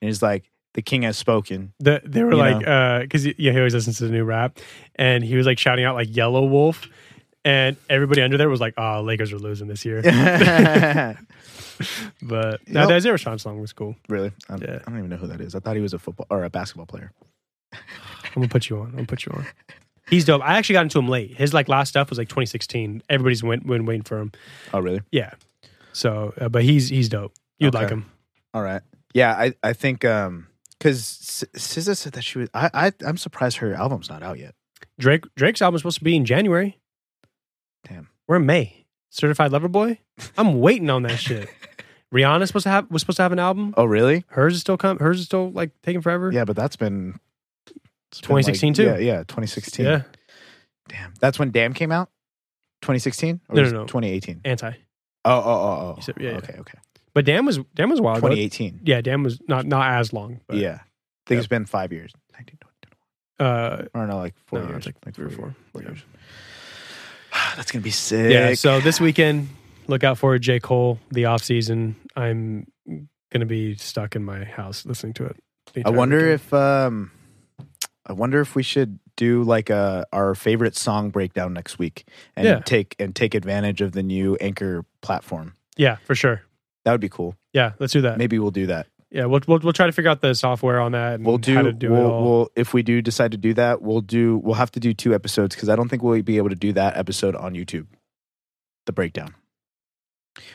and he's like the king
[LAUGHS]
has spoken [LAUGHS]
the, they were
You
like, because yeah, he always listens to the new rap, and he was like shouting out like Yellow Wolf, and everybody under there was like, oh, Lakers are losing this
[LAUGHS]
year. [LAUGHS] but no,
Yep.
that Isaiah Rashad song was cool.
Really? I don't,
Yeah.
I don't even know who that is. I thought he was a football or a basketball player.
I'm gonna put you on. I'm gonna put you on. [LAUGHS] He's dope. I actually got into him late. His like last stuff was like 2016. Everybody's went been waiting for him.
Oh, really?
Yeah. So, uh, but he's he's dope. You'd
Okay.
like him.
All right. Yeah, I, I think um because SZA said that she was. I, I I'm surprised her album's not out yet.
Drake Drake's album's supposed to be in January.
Damn.
We're in May. Certified Lover Boy. I'm waiting on that [LAUGHS] shit. Rihanna's supposed to have was supposed to have an album.
Oh, really?
Hers is still come. Hers is still like taking forever.
Yeah, but that's been it's been
2016 too.
Yeah, yeah, 2016.
Yeah.
Damn, that's when Damn came out. 2016 or
No,
was
no, no.
it 2018?
Anti.
Oh, oh, oh, oh.
You said- yeah, yeah.
okay, okay.
But Dam was Dam was a while ago.
2018.
Yeah, Dam was not not as long. But,
yeah, I think it's been five years. 19,
Uh,
I don't know, like four
no,
years,
it's like, three or four.
four
Yeah.
years. [SIGHS] that's gonna be sick.
Yeah. So this weekend, look out for J Cole. The off season. I'm gonna be stuck in my house listening to it. the
I
entire
wonder
weekend.
if um, I wonder if we should do like a our favorite song breakdown next week and
Yeah.
take and take advantage of the new Anchor platform.
Yeah, for sure.
That would be cool.
Yeah, let's do that.
Maybe we'll do that.
Yeah, we'll, we'll we'll try to figure out the software on that. And
We'll do.
Mm, how to do
we'll,
it all.
we'll if we do decide to do that, we'll do. We'll have to do two episodes because I don't think we'll be able to do that episode on YouTube. The breakdown.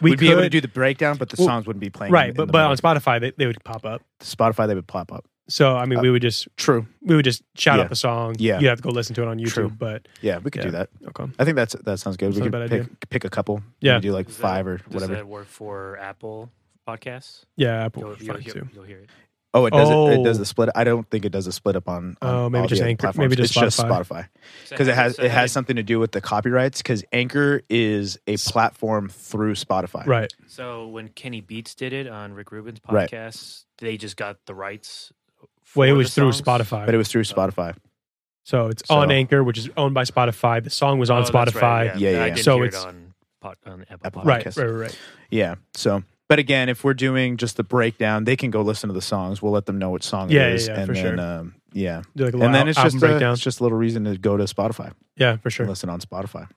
we
would be able to
could-
do the breakdown, but the
Well,
songs wouldn't be playing.
right,
in- in
but
the
but on
middle.
Spotify they, they would pop up.
Spotify, they would pop up.
So I mean,
Uh,
we would just
True.
we would just shout
yeah.
out the song.
Yeah.
you'd have to go listen to it on YouTube.
True.
But
Yeah, we could
Yeah.
do that.
okay,
I think that's that sounds good.
That's
we
not a
could
bad
pick pick a couple.
Yeah.
Maybe do like
Does that-
five or
Does
whatever.
that work for Apple Podcasts?
yeah, Apple
You'll,
would be
you'll,
fine
hear,
too.
you'll hear it.
Oh, it does. It,
Oh.
it does the split. I don't think it does a split up on. on
Oh, maybe
all
just
the other
Anchor-
platforms.
maybe just
it's just
Spotify.
Spotify because it has it has something to do with the copyrights. Because Anchor is a platform through Spotify.
Right.
So when Kenny Beats did it on Rick Rubin's
Right.
podcast, they just got the rights.
Well, it
for the
was through
songs?
Spotify.
But it was through Spotify.
so it's
So-
on Anchor, which is owned by Spotify. The song was
Oh,
on
that's right,
Spotify.
Yeah, yeah,
I
yeah.
didn't
So
hear
it's-
it on, pod, on Apple,
Apple
Podcasts.
right,
Podcast.
right, right, right.
Yeah. So, but again, if we're doing just the breakdown, they can go listen to the songs. We'll let them know what song
Yeah, yeah,
it is,
yeah,
and
for
then
sure.
um, yeah,
Do like a little
and then it's just a,
breakdown.
it's just a little reason to go to Spotify
yeah, for
and
sure.
listen on Spotify.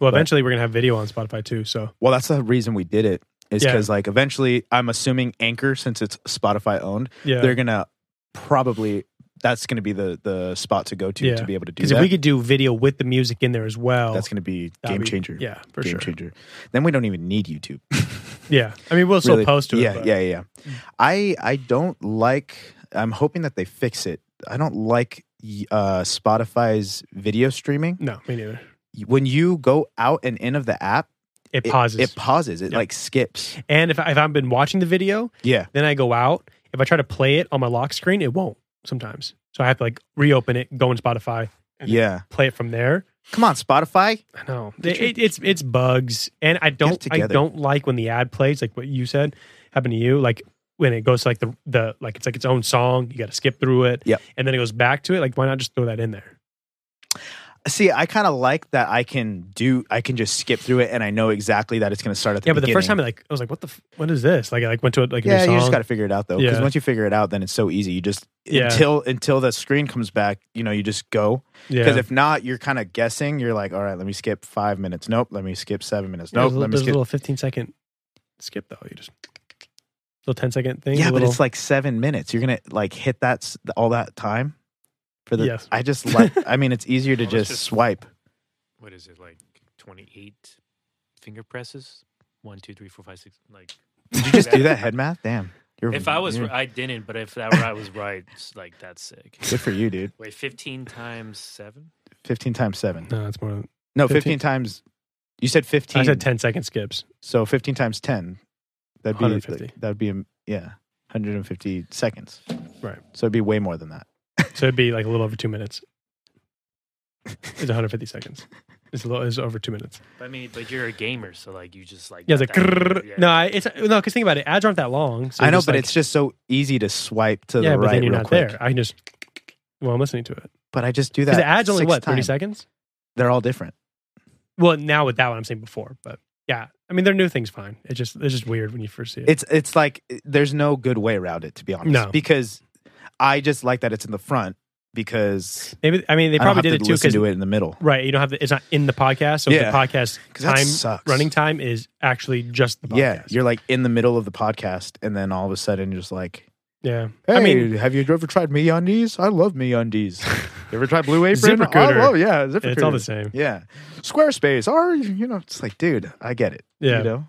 Well,
but-
eventually we're gonna have video on Spotify too. So
Well, that's the reason we did it. Is
Yeah.
because like eventually, I'm assuming Anchor, since it's Spotify owned,
yeah,
they're gonna probably that's gonna be the the spot to go to
Yeah.
to be able to do
Because
that.
if we could do video with the music in there as well,
that's gonna be
that'd
game
be-
changer.
Yeah, for
game
sure.
changer. Then we don't even need YouTube.
Yeah, I mean we'll still
Really.
post to it.
yeah,
but- Mm.
yeah, yeah. I I don't like. I'm hoping that they fix it. I don't like uh, Spotify's video streaming.
No, me neither.
When you go out and in of the app,
It
it-
pauses.
It, pauses. It
Yeah.
like skips.
and if, I- if I've been watching the video,
Yeah.
then I go out. If I try to play it on my lock screen, it won't sometimes. So I have to like reopen it, go on Spotify, Okay.
Yeah.
play it from there.
Come on, Spotify.
I know
Get
It-
your-
it- it's it's bugs, and I
it
don't I
together.
don't like when the ad plays like what you said happened to you like when it goes to like the the like it's like its own song. You got to skip through it,
Yep.
and then it goes back to it. Like why not just throw that in there?
See, I kind of like that I can do I can just skip through it and I know exactly that it's going to start at the
yeah, but the first time
beginning.
I like I was like what the f- what is this? Like I like went to it like a new
Yeah, you just
song.
got to figure it out though cuz
Yeah.
once you figure it out then it's so easy. You just
Yeah.
until until the screen comes back, you know, you just go.
yeah.
Cuz if not, you're kind of guessing. You're like, "All right, let me skip 5 minutes. Nope, let me skip 7 minutes.
Yeah,
Nope,
there's, a
let
little-
me
there's a
skip
little 15 second skip though. You just little 10 second thing. a
Yeah, but
little,
it's like seven minutes. You're gonna like hit that s- all that time for the.
Yes. [LAUGHS]
I just like. I mean, it's easier to
Well, that's
just,
just- [LAUGHS]
swipe.
What is it like? Twenty-eight finger presses. One, two, three, four, five, six. Like
Did you just do that head math? Damn.
[LAUGHS]
You're,
If I was,
you're-
I didn't. But if that were, I was right. It's like that's sick.
good for you, dude.
Wait, fifteen times seven.
Fifteen times seven.
no, it's more. Than,
No,
15.
fifteen times. You said fifteen.
I said 10 second skips.
So fifteen times ten. That'd be
150.
like, that'd be um, yeah, hundred and fifty seconds.
Right.
So it'd be way more than that.
So it'd be like a little over two minutes. It's 150 seconds. It's a little. It's over two minutes.
But I mean, but you're a gamer, so like you just like
Yeah, it's like
got that-
grrr. no, I- it's no. Because think about it, ads aren't that long. So
I know,
just
but
like-
it's just so easy to swipe to
yeah,
the
but
right
then you're
real
not
quick.
there. I can just well, I'm listening to it
But I just do that.
because the ads only
six
what 30
times.
seconds.
They're all different.
Well, now with that one, I'm saying before, but yeah, I mean, their new thing's fine. It's just it's just weird when you first see it.
it's it's like there's no good way around it to be honest
No.
because i just like that it's in the front because
Maybe I mean they
I don't
probably
have
did
to
it too
listen
because
to it in the middle
Right. You don't have the, it's not in the podcast. So
Yeah.
the podcast
'Cause that
time
sucks.
running time is actually just the podcast.
yeah you're like in the middle of the podcast and then all of a sudden you're just like
yeah.
hey,
I mean,
have you ever tried me undies i love me
[LAUGHS]
undies you ever tried blue apron
ZipRecruiter.
oh yeah ZipRecruiter.
it's all the same.
yeah squarespace or you know it's like dude i get it
Yeah.
you know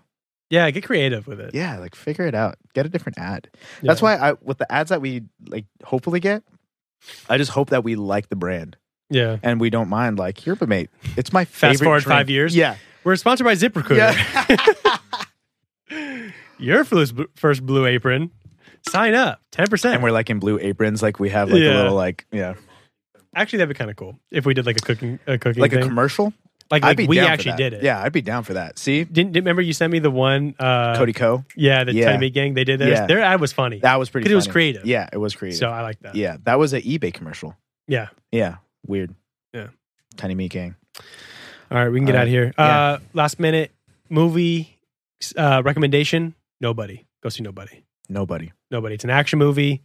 Yeah. Get creative with it.
yeah like figure it out get a different ad that's why i with the ads that we like hopefully get i just hope that we like the brand
Yeah.
and we don't mind like yerba mate. It's my favorite.
Fast forward
drink.
five years.
Yeah,
We're sponsored by ZipRecruiter. [LAUGHS] Your first, first blue apron. Sign up. 10%.
and we're like in blue aprons, like we have like a
Yeah.
little like yeah,
actually, that'd be kind of cool if we did like a cooking, a cooking
like a
thing.
commercial.
like
I'd
like
be
we
down for
actually
that.
did it.
Yeah, I'd be down for that. See,
Didn't, didn't- remember you sent me the one, uh,
Cody Co.
yeah, the
Yeah.
Tiny Meat Gang. They did theirs.
Yeah.
Their ad was funny.
That was pretty.
'Cause it was
funny.
creative.
Yeah, it was creative.
So I like that.
yeah, that was an eBay commercial.
Yeah.
Yeah, weird.
Yeah.
tiny meat gang.
All right, we can get
All
out of here.
Yeah.
Uh, last minute movie uh, recommendation: Nobody. Go see Nobody.
Nobody.
Nobody. It's an action movie,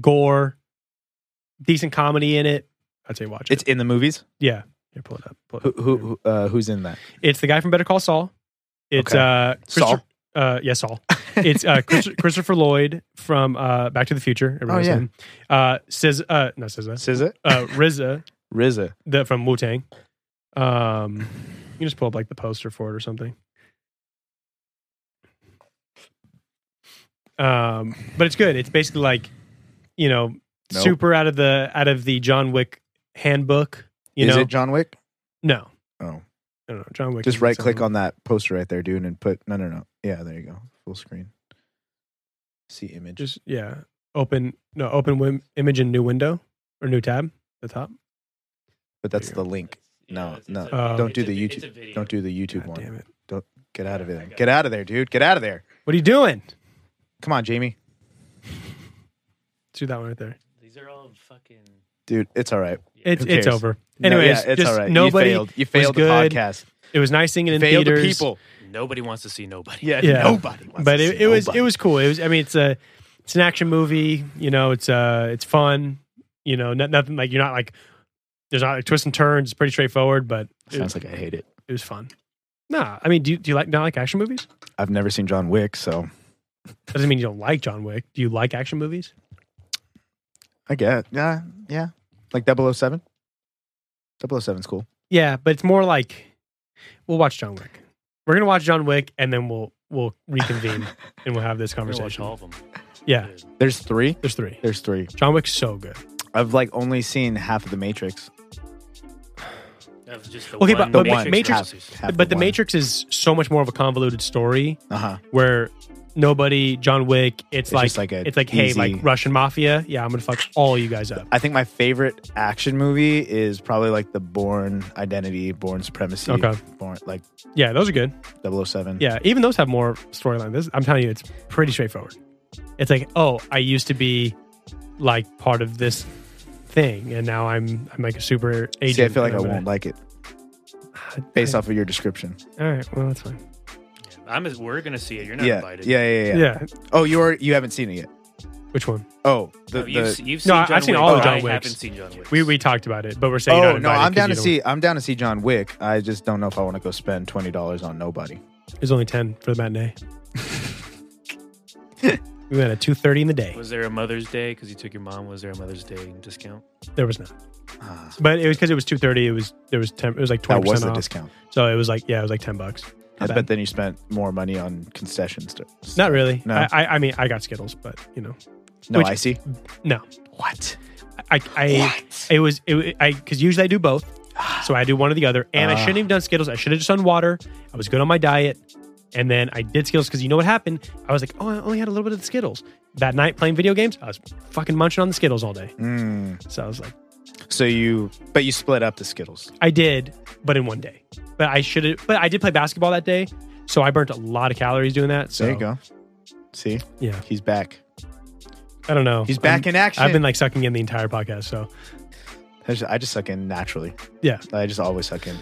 gore, decent comedy in it. I'd say watch it.
It's in the movies.
yeah. Here, pull it up. Pull it
Who,
up.
who who, uh, who's in that?
It's the guy from Better Call Saul. It's
Okay.
uh,
Saul?
Christo- Uh, yeah,
[LAUGHS]
Saul. It's uh, Chris- Christopher Lloyd from uh, Back to the Future. Everyone
Oh,
knows
yeah.
him. Uh, Siz, uh, not SZA.
SZA, [LAUGHS]
Uh, RZA
RZA.
the, from Wu Tang.
[SIGHS]
Um, you can just pull up like the poster for it or something. Um, but it's good. It's basically like, you know,
Nope.
super out of the out of the John Wick handbook. You
Is
know,
it John Wick?
no,
Oh,
no, no, John Wick.
just
is
right
its
click
own.
on that poster right there, dude, and put no no no. Yeah, there you go. Full screen. See image.
Just yeah, open no open wim, image in new window or new tab at the top.
But that's the link. No,
it's-
no,
it's a-
Oh.
don't
it's
do
a-
the
it's a video.
Don't do the YouTube
God
one.
damn it!
Get out of
I
there.
got
Get out of there, dude. Get out of there.
What are you doing?
Come on, Jamie.
Let's do that one right there.
These are all fucking.
Dude, it's all right.
It's
Who
it's
cares?
over.
No,
Anyways,
yeah, it's
just
all right.
nobody.
you failed. You failed the
good.
podcast.
It was nice singing in
failed
theaters.
the people.
Nobody wants to see nobody.
Yeah,
Yeah.
nobody. Wants
but
to
it,
see
it was it
nobody.
was cool. It was I mean it's a it's an action movie. You know it's uh it's fun. You know no, nothing like you're not like there's not like twists and turns. It's pretty straightforward, but it,
Sounds like I hate it.
it was fun. Nah, I mean do you, do you like not like action movies?
I've never seen John Wick, so
That doesn't mean you don't like John Wick. Do you like action movies?
I get. Yeah, yeah. Like 007? 007's cool.
Yeah, but it's more like we'll watch John Wick. We're gonna watch John Wick and then we'll we'll reconvene and we'll have this
I'm gonna watch all
conversation.
of them.
Yeah,
There's three.
there's three.
There's three.
John Wick's so good.
I've like only seen half of the Matrix.
That was just the
Okay,
one
but- but
Matrix
Matrix-
references.
half
but the
one.
Matrix is so much more of a convoluted story
Uh-huh.
where nobody, John Wick, it's,
It's
like,
just like a
it's like, hey,
easy-
like Russian mafia. Yeah, I'm gonna fuck all you guys up.
I think my favorite action movie is probably like the Born Identity, Born Supremacy,
Okay.
Born like
Yeah, those are good.
007.
Yeah, even those have more storyline. This I'm telling you, it's pretty straightforward. It's like, oh, I used to be like part of this thing, and now I'm I'm like a super agent.
See, I feel like I
and I'm
won't like it
gonna-
based off of your description.
All right, well that's fine.
I'm. as- We're gonna see it. You're not
Yeah.
invited.
yeah, yeah, yeah,
Yeah,
yeah. Oh, you are you haven't seen it yet.
which one?
Oh, the,
No, you've,
the-
se- you've
No,
seen
I- I've
John
seen
Wick,
all
but
of John
I
Wicks.
haven't seen John Wick.
We we talked about it, but we're saying.
oh no, I'm down to
because you
see. I'm down to see John Wick. I just don't know if I want to go spend twenty dollars on nobody.
don't- There's only ten for the
[LAUGHS]
matinee. we went at two thirty in the day.
Was there a Mother's Day? Because you took your mom. Was there a Mother's Day discount?
There was not,
Ah,
but it was because it was two thirty. It was there was ten. It was like
that
twenty
was
percent
the
off.
discount.
So it was like yeah, it was like ten bucks. Not bad.
But then you spent more money on concessions. st- st-
Not really.
No.
I, I I mean I got Skittles, but you know
no,
which-
I see.
no.
What?
I, I it was it, I because usually I do
[SIGHS]
both, so I do one or the other. And I
Ah.
shouldn't have done Skittles. I should have just done water. I was good on my diet, and then I did Skittles because you know what happened? I was like, oh, I only had a little bit of the Skittles that night playing video games. I was fucking munching on the Skittles all day.
Mm.
So I was like,
So you, but you split up the Skittles.
I did, but in one day. But I should have. But I did play basketball that day, so I burnt a lot of calories doing that. So
There you go. See,
Yeah,
he's back.
I don't know.
He's back
I'm-
in action.
I've been like sucking in the entire podcast. So
I just, I just suck in naturally.
yeah,
I just always suck in.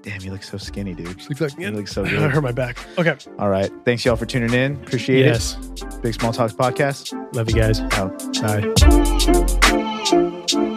Damn, you look so skinny, dude. You look
[LAUGHS]
so
I
good.
hurt my back. Okay.
All right. Thanks, y'all, for tuning in. Appreciate
Yes.
it. Big Small Talks Podcast.
Love you guys.
Out.
Bye.